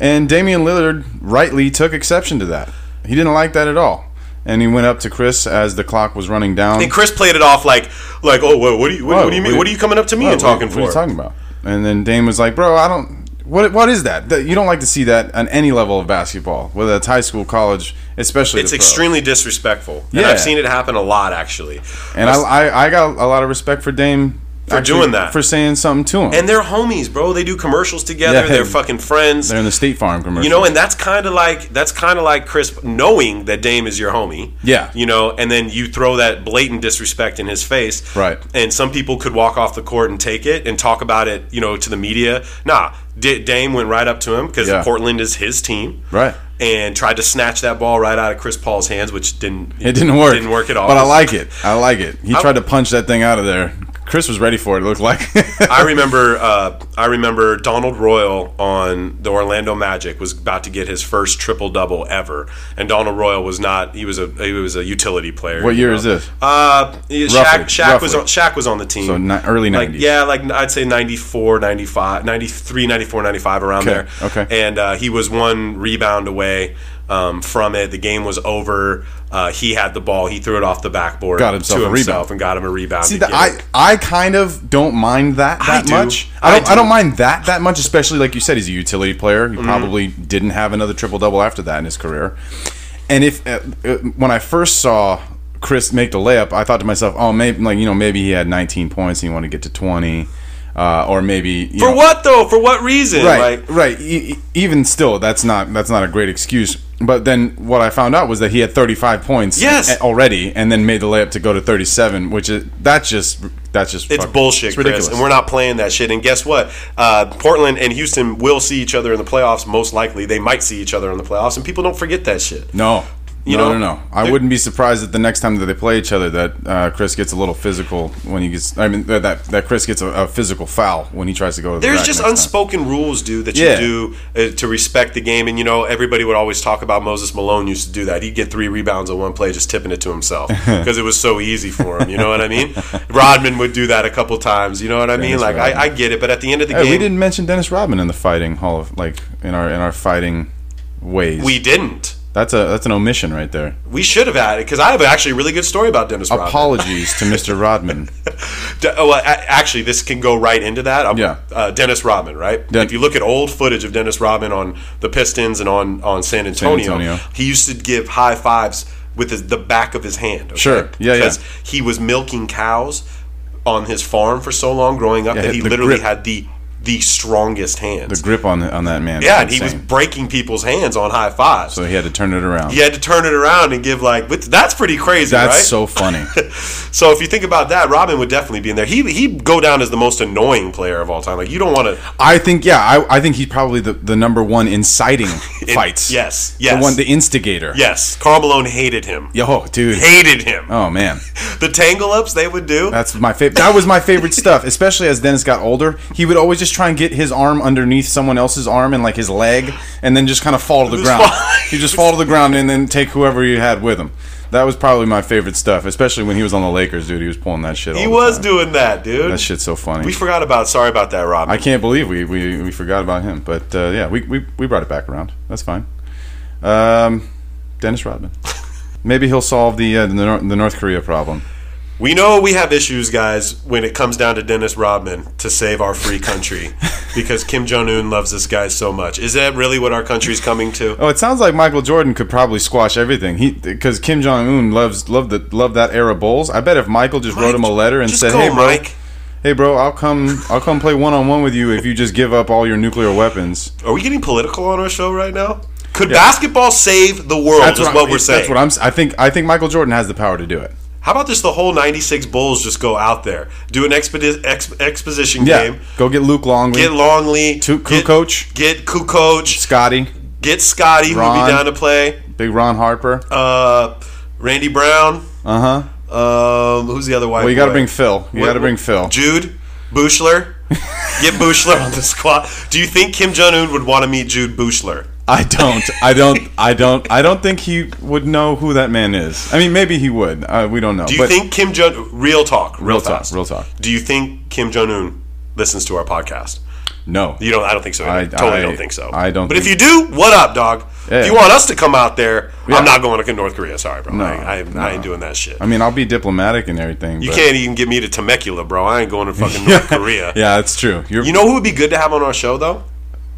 Speaker 3: And Damian Lillard rightly took exception to that. He didn't like that at all. And he went up to Chris as the clock was running down.
Speaker 2: and Chris played it off like like oh whoa, what do you what,
Speaker 3: Whoa,
Speaker 2: what do you mean what are you coming up to me
Speaker 3: whoa,
Speaker 2: and talking
Speaker 3: what,
Speaker 2: for?
Speaker 3: What are you talking about? And then Dame was like, "Bro, I don't. What what is that? That- You don't like to see that on any level of basketball, whether that's high school, college, especially.
Speaker 2: It's
Speaker 3: the pro.
Speaker 2: extremely disrespectful. And
Speaker 3: Yeah.
Speaker 2: I've seen it happen a lot, actually.
Speaker 3: And I, I I got a lot of respect for Dame for
Speaker 2: doing that.
Speaker 3: for saying something to him.
Speaker 2: and they're homies, bro. They do commercials together.
Speaker 3: Yeah.
Speaker 2: They're fucking friends.
Speaker 3: they're in the State Farm commercial.
Speaker 2: you know, and that's kind of like that's kind of like Chris knowing that Dame is your homie.
Speaker 3: Yeah.
Speaker 2: You know, and then you throw that blatant disrespect in his face.
Speaker 3: Right.
Speaker 2: And some people could walk off the court and take it and talk about it, you know, to the media. Nah, D- Dame went right up to him because
Speaker 3: Yeah.
Speaker 2: Portland is his team.
Speaker 3: right?
Speaker 2: and tried to snatch that ball right out of Chris Paul's hands, which didn't.
Speaker 3: It didn't work.
Speaker 2: Didn't work at all.
Speaker 3: But I like it. I like it. He tried to punch that thing out of there. Chris was ready for it. It looked like.
Speaker 2: I remember. Uh, I remember Donald Royal on the Orlando Magic was about to get his first triple double ever, and Donald Royal was not. He was a he was a utility
Speaker 3: <laughs>
Speaker 2: player.
Speaker 3: what
Speaker 2: you
Speaker 3: year
Speaker 2: know.
Speaker 3: is this?
Speaker 2: Uh, yeah,
Speaker 3: Roughly,
Speaker 2: Shaq, Shaq was
Speaker 3: roughly.
Speaker 2: on, Shaq was on the team.
Speaker 3: So ni- early
Speaker 2: Like,
Speaker 3: 90s.
Speaker 2: yeah, like I'd say 94, 95, 93, 94, 95 around
Speaker 3: Okay,
Speaker 2: there.
Speaker 3: okay.
Speaker 2: And uh, he was one rebound away um, from it. The game was over. Uh, he had the ball. He threw it off the backboard
Speaker 3: Got himself
Speaker 2: to
Speaker 3: a
Speaker 2: himself
Speaker 3: rebound.
Speaker 2: and got him a rebound.
Speaker 3: See,
Speaker 2: to
Speaker 3: that
Speaker 2: get
Speaker 3: I
Speaker 2: it.
Speaker 3: I kind of don't mind that
Speaker 2: I
Speaker 3: that
Speaker 2: do.
Speaker 3: much.
Speaker 2: I
Speaker 3: I don't. I,
Speaker 2: do. Mm-hmm.
Speaker 3: don't mind that that much, especially like you said, he's a utility player. He probably didn't have another triple double after that in his career. And if uh, uh, when I first saw Chris make the layup, I thought to myself, oh, maybe like you know maybe he had 19 points and he wanted to get to 20, uh, or maybe you
Speaker 2: For
Speaker 3: know,
Speaker 2: what though? For what reason?
Speaker 3: Right,
Speaker 2: Like,
Speaker 3: right. E- e- even still, that's not that's not a great excuse. But then what I found out was that he had 35 points
Speaker 2: Yes.
Speaker 3: a- already, and then made the layup to go to 37, which is that's just that's just
Speaker 2: It's
Speaker 3: fuck-
Speaker 2: bullshit,
Speaker 3: It's ridiculous.
Speaker 2: Chris, and we're not playing that shit. And guess what? Uh, Portland and Houston will see each other in the playoffs. Most likely, they might see each other in the playoffs, and people don't forget that shit.
Speaker 3: no.
Speaker 2: You
Speaker 3: no,
Speaker 2: know,
Speaker 3: no, no. I wouldn't be surprised that the next time that they play each other, that uh, Chris gets a little physical when he gets. I mean, that that, that Chris gets a, a physical foul when he tries to go to the.
Speaker 2: There's
Speaker 3: rack
Speaker 2: just
Speaker 3: next time.
Speaker 2: unspoken rules, dude, that
Speaker 3: Yeah.
Speaker 2: you do uh, to respect the game. And you know, everybody would always talk about Moses Malone used to do that. He'd get three rebounds on one play, just tipping it
Speaker 3: <laughs>
Speaker 2: to himself because it was so easy for him. You know what I mean? Rodman would do that a couple times. You know what I mean?
Speaker 3: Dennis
Speaker 2: Like
Speaker 3: Rodman.
Speaker 2: I, I get it, but at the end of the
Speaker 3: Hey,
Speaker 2: game,
Speaker 3: we didn't mention Dennis Rodman in the fighting hall of like in our in our fighting ways.
Speaker 2: We didn't.
Speaker 3: that's a that's an omission right there.
Speaker 2: We should have had it because I have actually a really good story about Dennis Rodman.
Speaker 3: Apologies to Mr.
Speaker 2: <laughs>
Speaker 3: Rodman.
Speaker 2: D- oh, well, a- actually, this can go right into that. I'm-
Speaker 3: Yeah.
Speaker 2: uh, Dennis Rodman, right?
Speaker 3: Den-
Speaker 2: if you look at old footage of Dennis Rodman on the Pistons and on, on San, Antonio,
Speaker 3: Antonio.
Speaker 2: he used to give high fives with his, the back of his hand. okay?
Speaker 3: Sure. Yeah, yeah.
Speaker 2: Because he was milking cows on his farm for so long growing up
Speaker 3: Yeah,
Speaker 2: that he
Speaker 3: the
Speaker 2: literally
Speaker 3: grip.
Speaker 2: had the the strongest hands.
Speaker 3: The grip on on that man.
Speaker 2: yeah, and
Speaker 3: was
Speaker 2: he was
Speaker 3: insane.
Speaker 2: breaking people's hands on high fives.
Speaker 3: so he had to turn it around.
Speaker 2: he had to turn it around and give like with, that's pretty crazy,
Speaker 3: that's
Speaker 2: right?
Speaker 3: so
Speaker 2: <laughs>
Speaker 3: funny.
Speaker 2: So if you think about that, Robin would definitely be in there. He he'd go down as the most annoying player of all time. Like you don't want to
Speaker 3: I think yeah, I, I think he's probably the, the number one
Speaker 2: <laughs>
Speaker 3: inciting fights.
Speaker 2: Yes, yes,
Speaker 3: the one the instigator.
Speaker 2: yes. Carl Malone hated him.
Speaker 3: yo, dude.
Speaker 2: Hated him.
Speaker 3: Oh man,
Speaker 2: The tangle ups they would do.
Speaker 3: that's my favorite. That was my favorite stuff, especially as Dennis got older. He would always just try and get his arm underneath someone else's arm and like his leg, and then just kind of fall to the
Speaker 2: Just
Speaker 3: ground.
Speaker 2: fall.
Speaker 3: He just fall to the ground and then take whoever he had with him. That was probably my favorite stuff, especially when he was on the Lakers, dude. He was pulling that shit.
Speaker 2: he
Speaker 3: all the
Speaker 2: was
Speaker 3: time.
Speaker 2: doing that, dude.
Speaker 3: That shit's so funny.
Speaker 2: We forgot about. Sorry about that, Robin.
Speaker 3: I can't believe we, we, we forgot about him. But uh, yeah, we, we, we brought it back around. That's fine. Um, Dennis
Speaker 2: <laughs>
Speaker 3: Rodman. Maybe he'll solve the, uh, the, Nor- the North Korea problem.
Speaker 2: we know we have issues, guys, when it comes down to Dennis Rodman to save our
Speaker 3: <laughs>
Speaker 2: free country, because Kim Jong Un loves this guy so much. Is that really what our country's coming to?
Speaker 3: Oh, it sounds like Michael Jordan could probably squash everything. He because Kim Jong Un loves loved the loved that era Bulls. I bet if Michael just wrote him a letter and
Speaker 2: Just
Speaker 3: said,
Speaker 2: go,
Speaker 3: "Hey, bro,
Speaker 2: Mike."
Speaker 3: hey, bro, I'll come, I'll come play one on one with you if you just give up all your nuclear weapons."
Speaker 2: Are we getting political on our show right now? Could basketball save the world? is
Speaker 3: I'm-
Speaker 2: what, we're saying.
Speaker 3: That's what I'm. s- I think. I think Michael Jordan has the power to do it.
Speaker 2: How about just the whole 96 Bulls just go out there, do an expedi- ex- exposition
Speaker 3: Yeah,
Speaker 2: game,
Speaker 3: go get Luke Longley,
Speaker 2: get Longley,
Speaker 3: Tu-
Speaker 2: get,
Speaker 3: Kukoc.
Speaker 2: get Kukoc,
Speaker 3: Scotty,
Speaker 2: get Scotty, who will
Speaker 3: Ron.
Speaker 2: be down to play,
Speaker 3: Big Ron Harper.
Speaker 2: uh, Randy Brown,
Speaker 3: Uh huh.
Speaker 2: um, who's the other white
Speaker 3: Well, you got to
Speaker 2: boy?
Speaker 3: bring Phil. You
Speaker 2: What-
Speaker 3: got to bring Phil.
Speaker 2: Jude, Bushler, get Bushler
Speaker 3: <laughs>
Speaker 2: on the squad. Do you think Kim Jong-un would want to meet Jude Bushler?
Speaker 3: I don't. I
Speaker 2: <laughs>
Speaker 3: don't. I don't. I don't think he would know who that man is. I mean, maybe he would. Uh, we don't know.
Speaker 2: Do you think Kim Jong... Real talk, real,
Speaker 3: Real talk,
Speaker 2: fast.
Speaker 3: real talk.
Speaker 2: Do you think Kim Jong-un listens to our podcast?
Speaker 3: No.
Speaker 2: You don't. I don't think so. I
Speaker 3: I-
Speaker 2: totally
Speaker 3: I-
Speaker 2: don't think so.
Speaker 3: I don't
Speaker 2: But if you
Speaker 3: think-
Speaker 2: do, what up, dog? If
Speaker 3: Yeah.
Speaker 2: you want us to come out there,
Speaker 3: Yeah.
Speaker 2: I'm not going to North Korea. Sorry, bro. I, I,
Speaker 3: no.
Speaker 2: I ain't doing that shit.
Speaker 3: I mean, I'll be diplomatic and everything.
Speaker 2: you
Speaker 3: but- <laughs>
Speaker 2: can't even get me to Temecula, bro. I ain't going to fucking North Korea.
Speaker 3: Yeah, that's true. You're
Speaker 2: You know who would be good to have on our show though?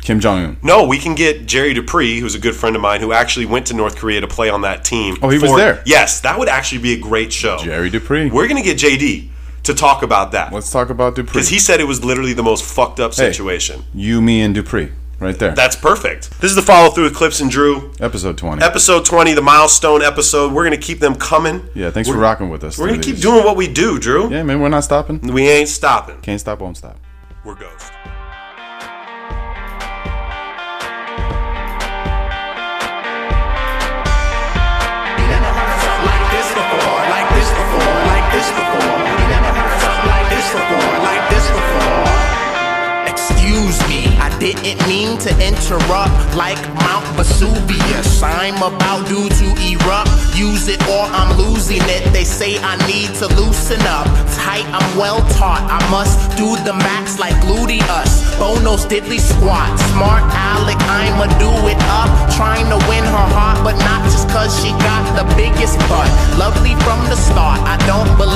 Speaker 3: Kim Jong Un.
Speaker 2: No, we can get Jerry Dupree, who's a good friend of mine, who actually went to North Korea to play on that team.
Speaker 3: Oh, he was there.
Speaker 2: Yes, that would actually be a great show.
Speaker 3: Jerry Dupree.
Speaker 2: We're gonna get JD to talk about that
Speaker 3: Let's talk about Dupree.
Speaker 2: because he said it was literally the most fucked up
Speaker 3: Hey.
Speaker 2: situation.
Speaker 3: you, me, and Dupree, right there.
Speaker 2: That's perfect. This is the follow through with Clips and Drew.
Speaker 3: Episode twenty.
Speaker 2: episode 20 the milestone episode we're gonna keep them coming
Speaker 3: yeah, thanks
Speaker 2: we're,
Speaker 3: for rocking with us.
Speaker 2: we're gonna
Speaker 3: through
Speaker 2: keep
Speaker 3: these.
Speaker 2: doing Mm. what we do drew
Speaker 3: Yeah, man, we're not stopping.
Speaker 2: we ain't stopping
Speaker 3: Can't stop, won't stop.
Speaker 2: we're ghosts
Speaker 1: it mean to interrupt like Mount Vesuvius? I'm about due to erupt. Use it or I'm losing it. They say I need to loosen up. Tight, I'm well taught. I must do the max like gluteus. Bono's diddly squat. Smart Alec, I'ma do it up. Trying to win her heart, but not just cause she got the biggest butt. Lovely from the start. I don't believe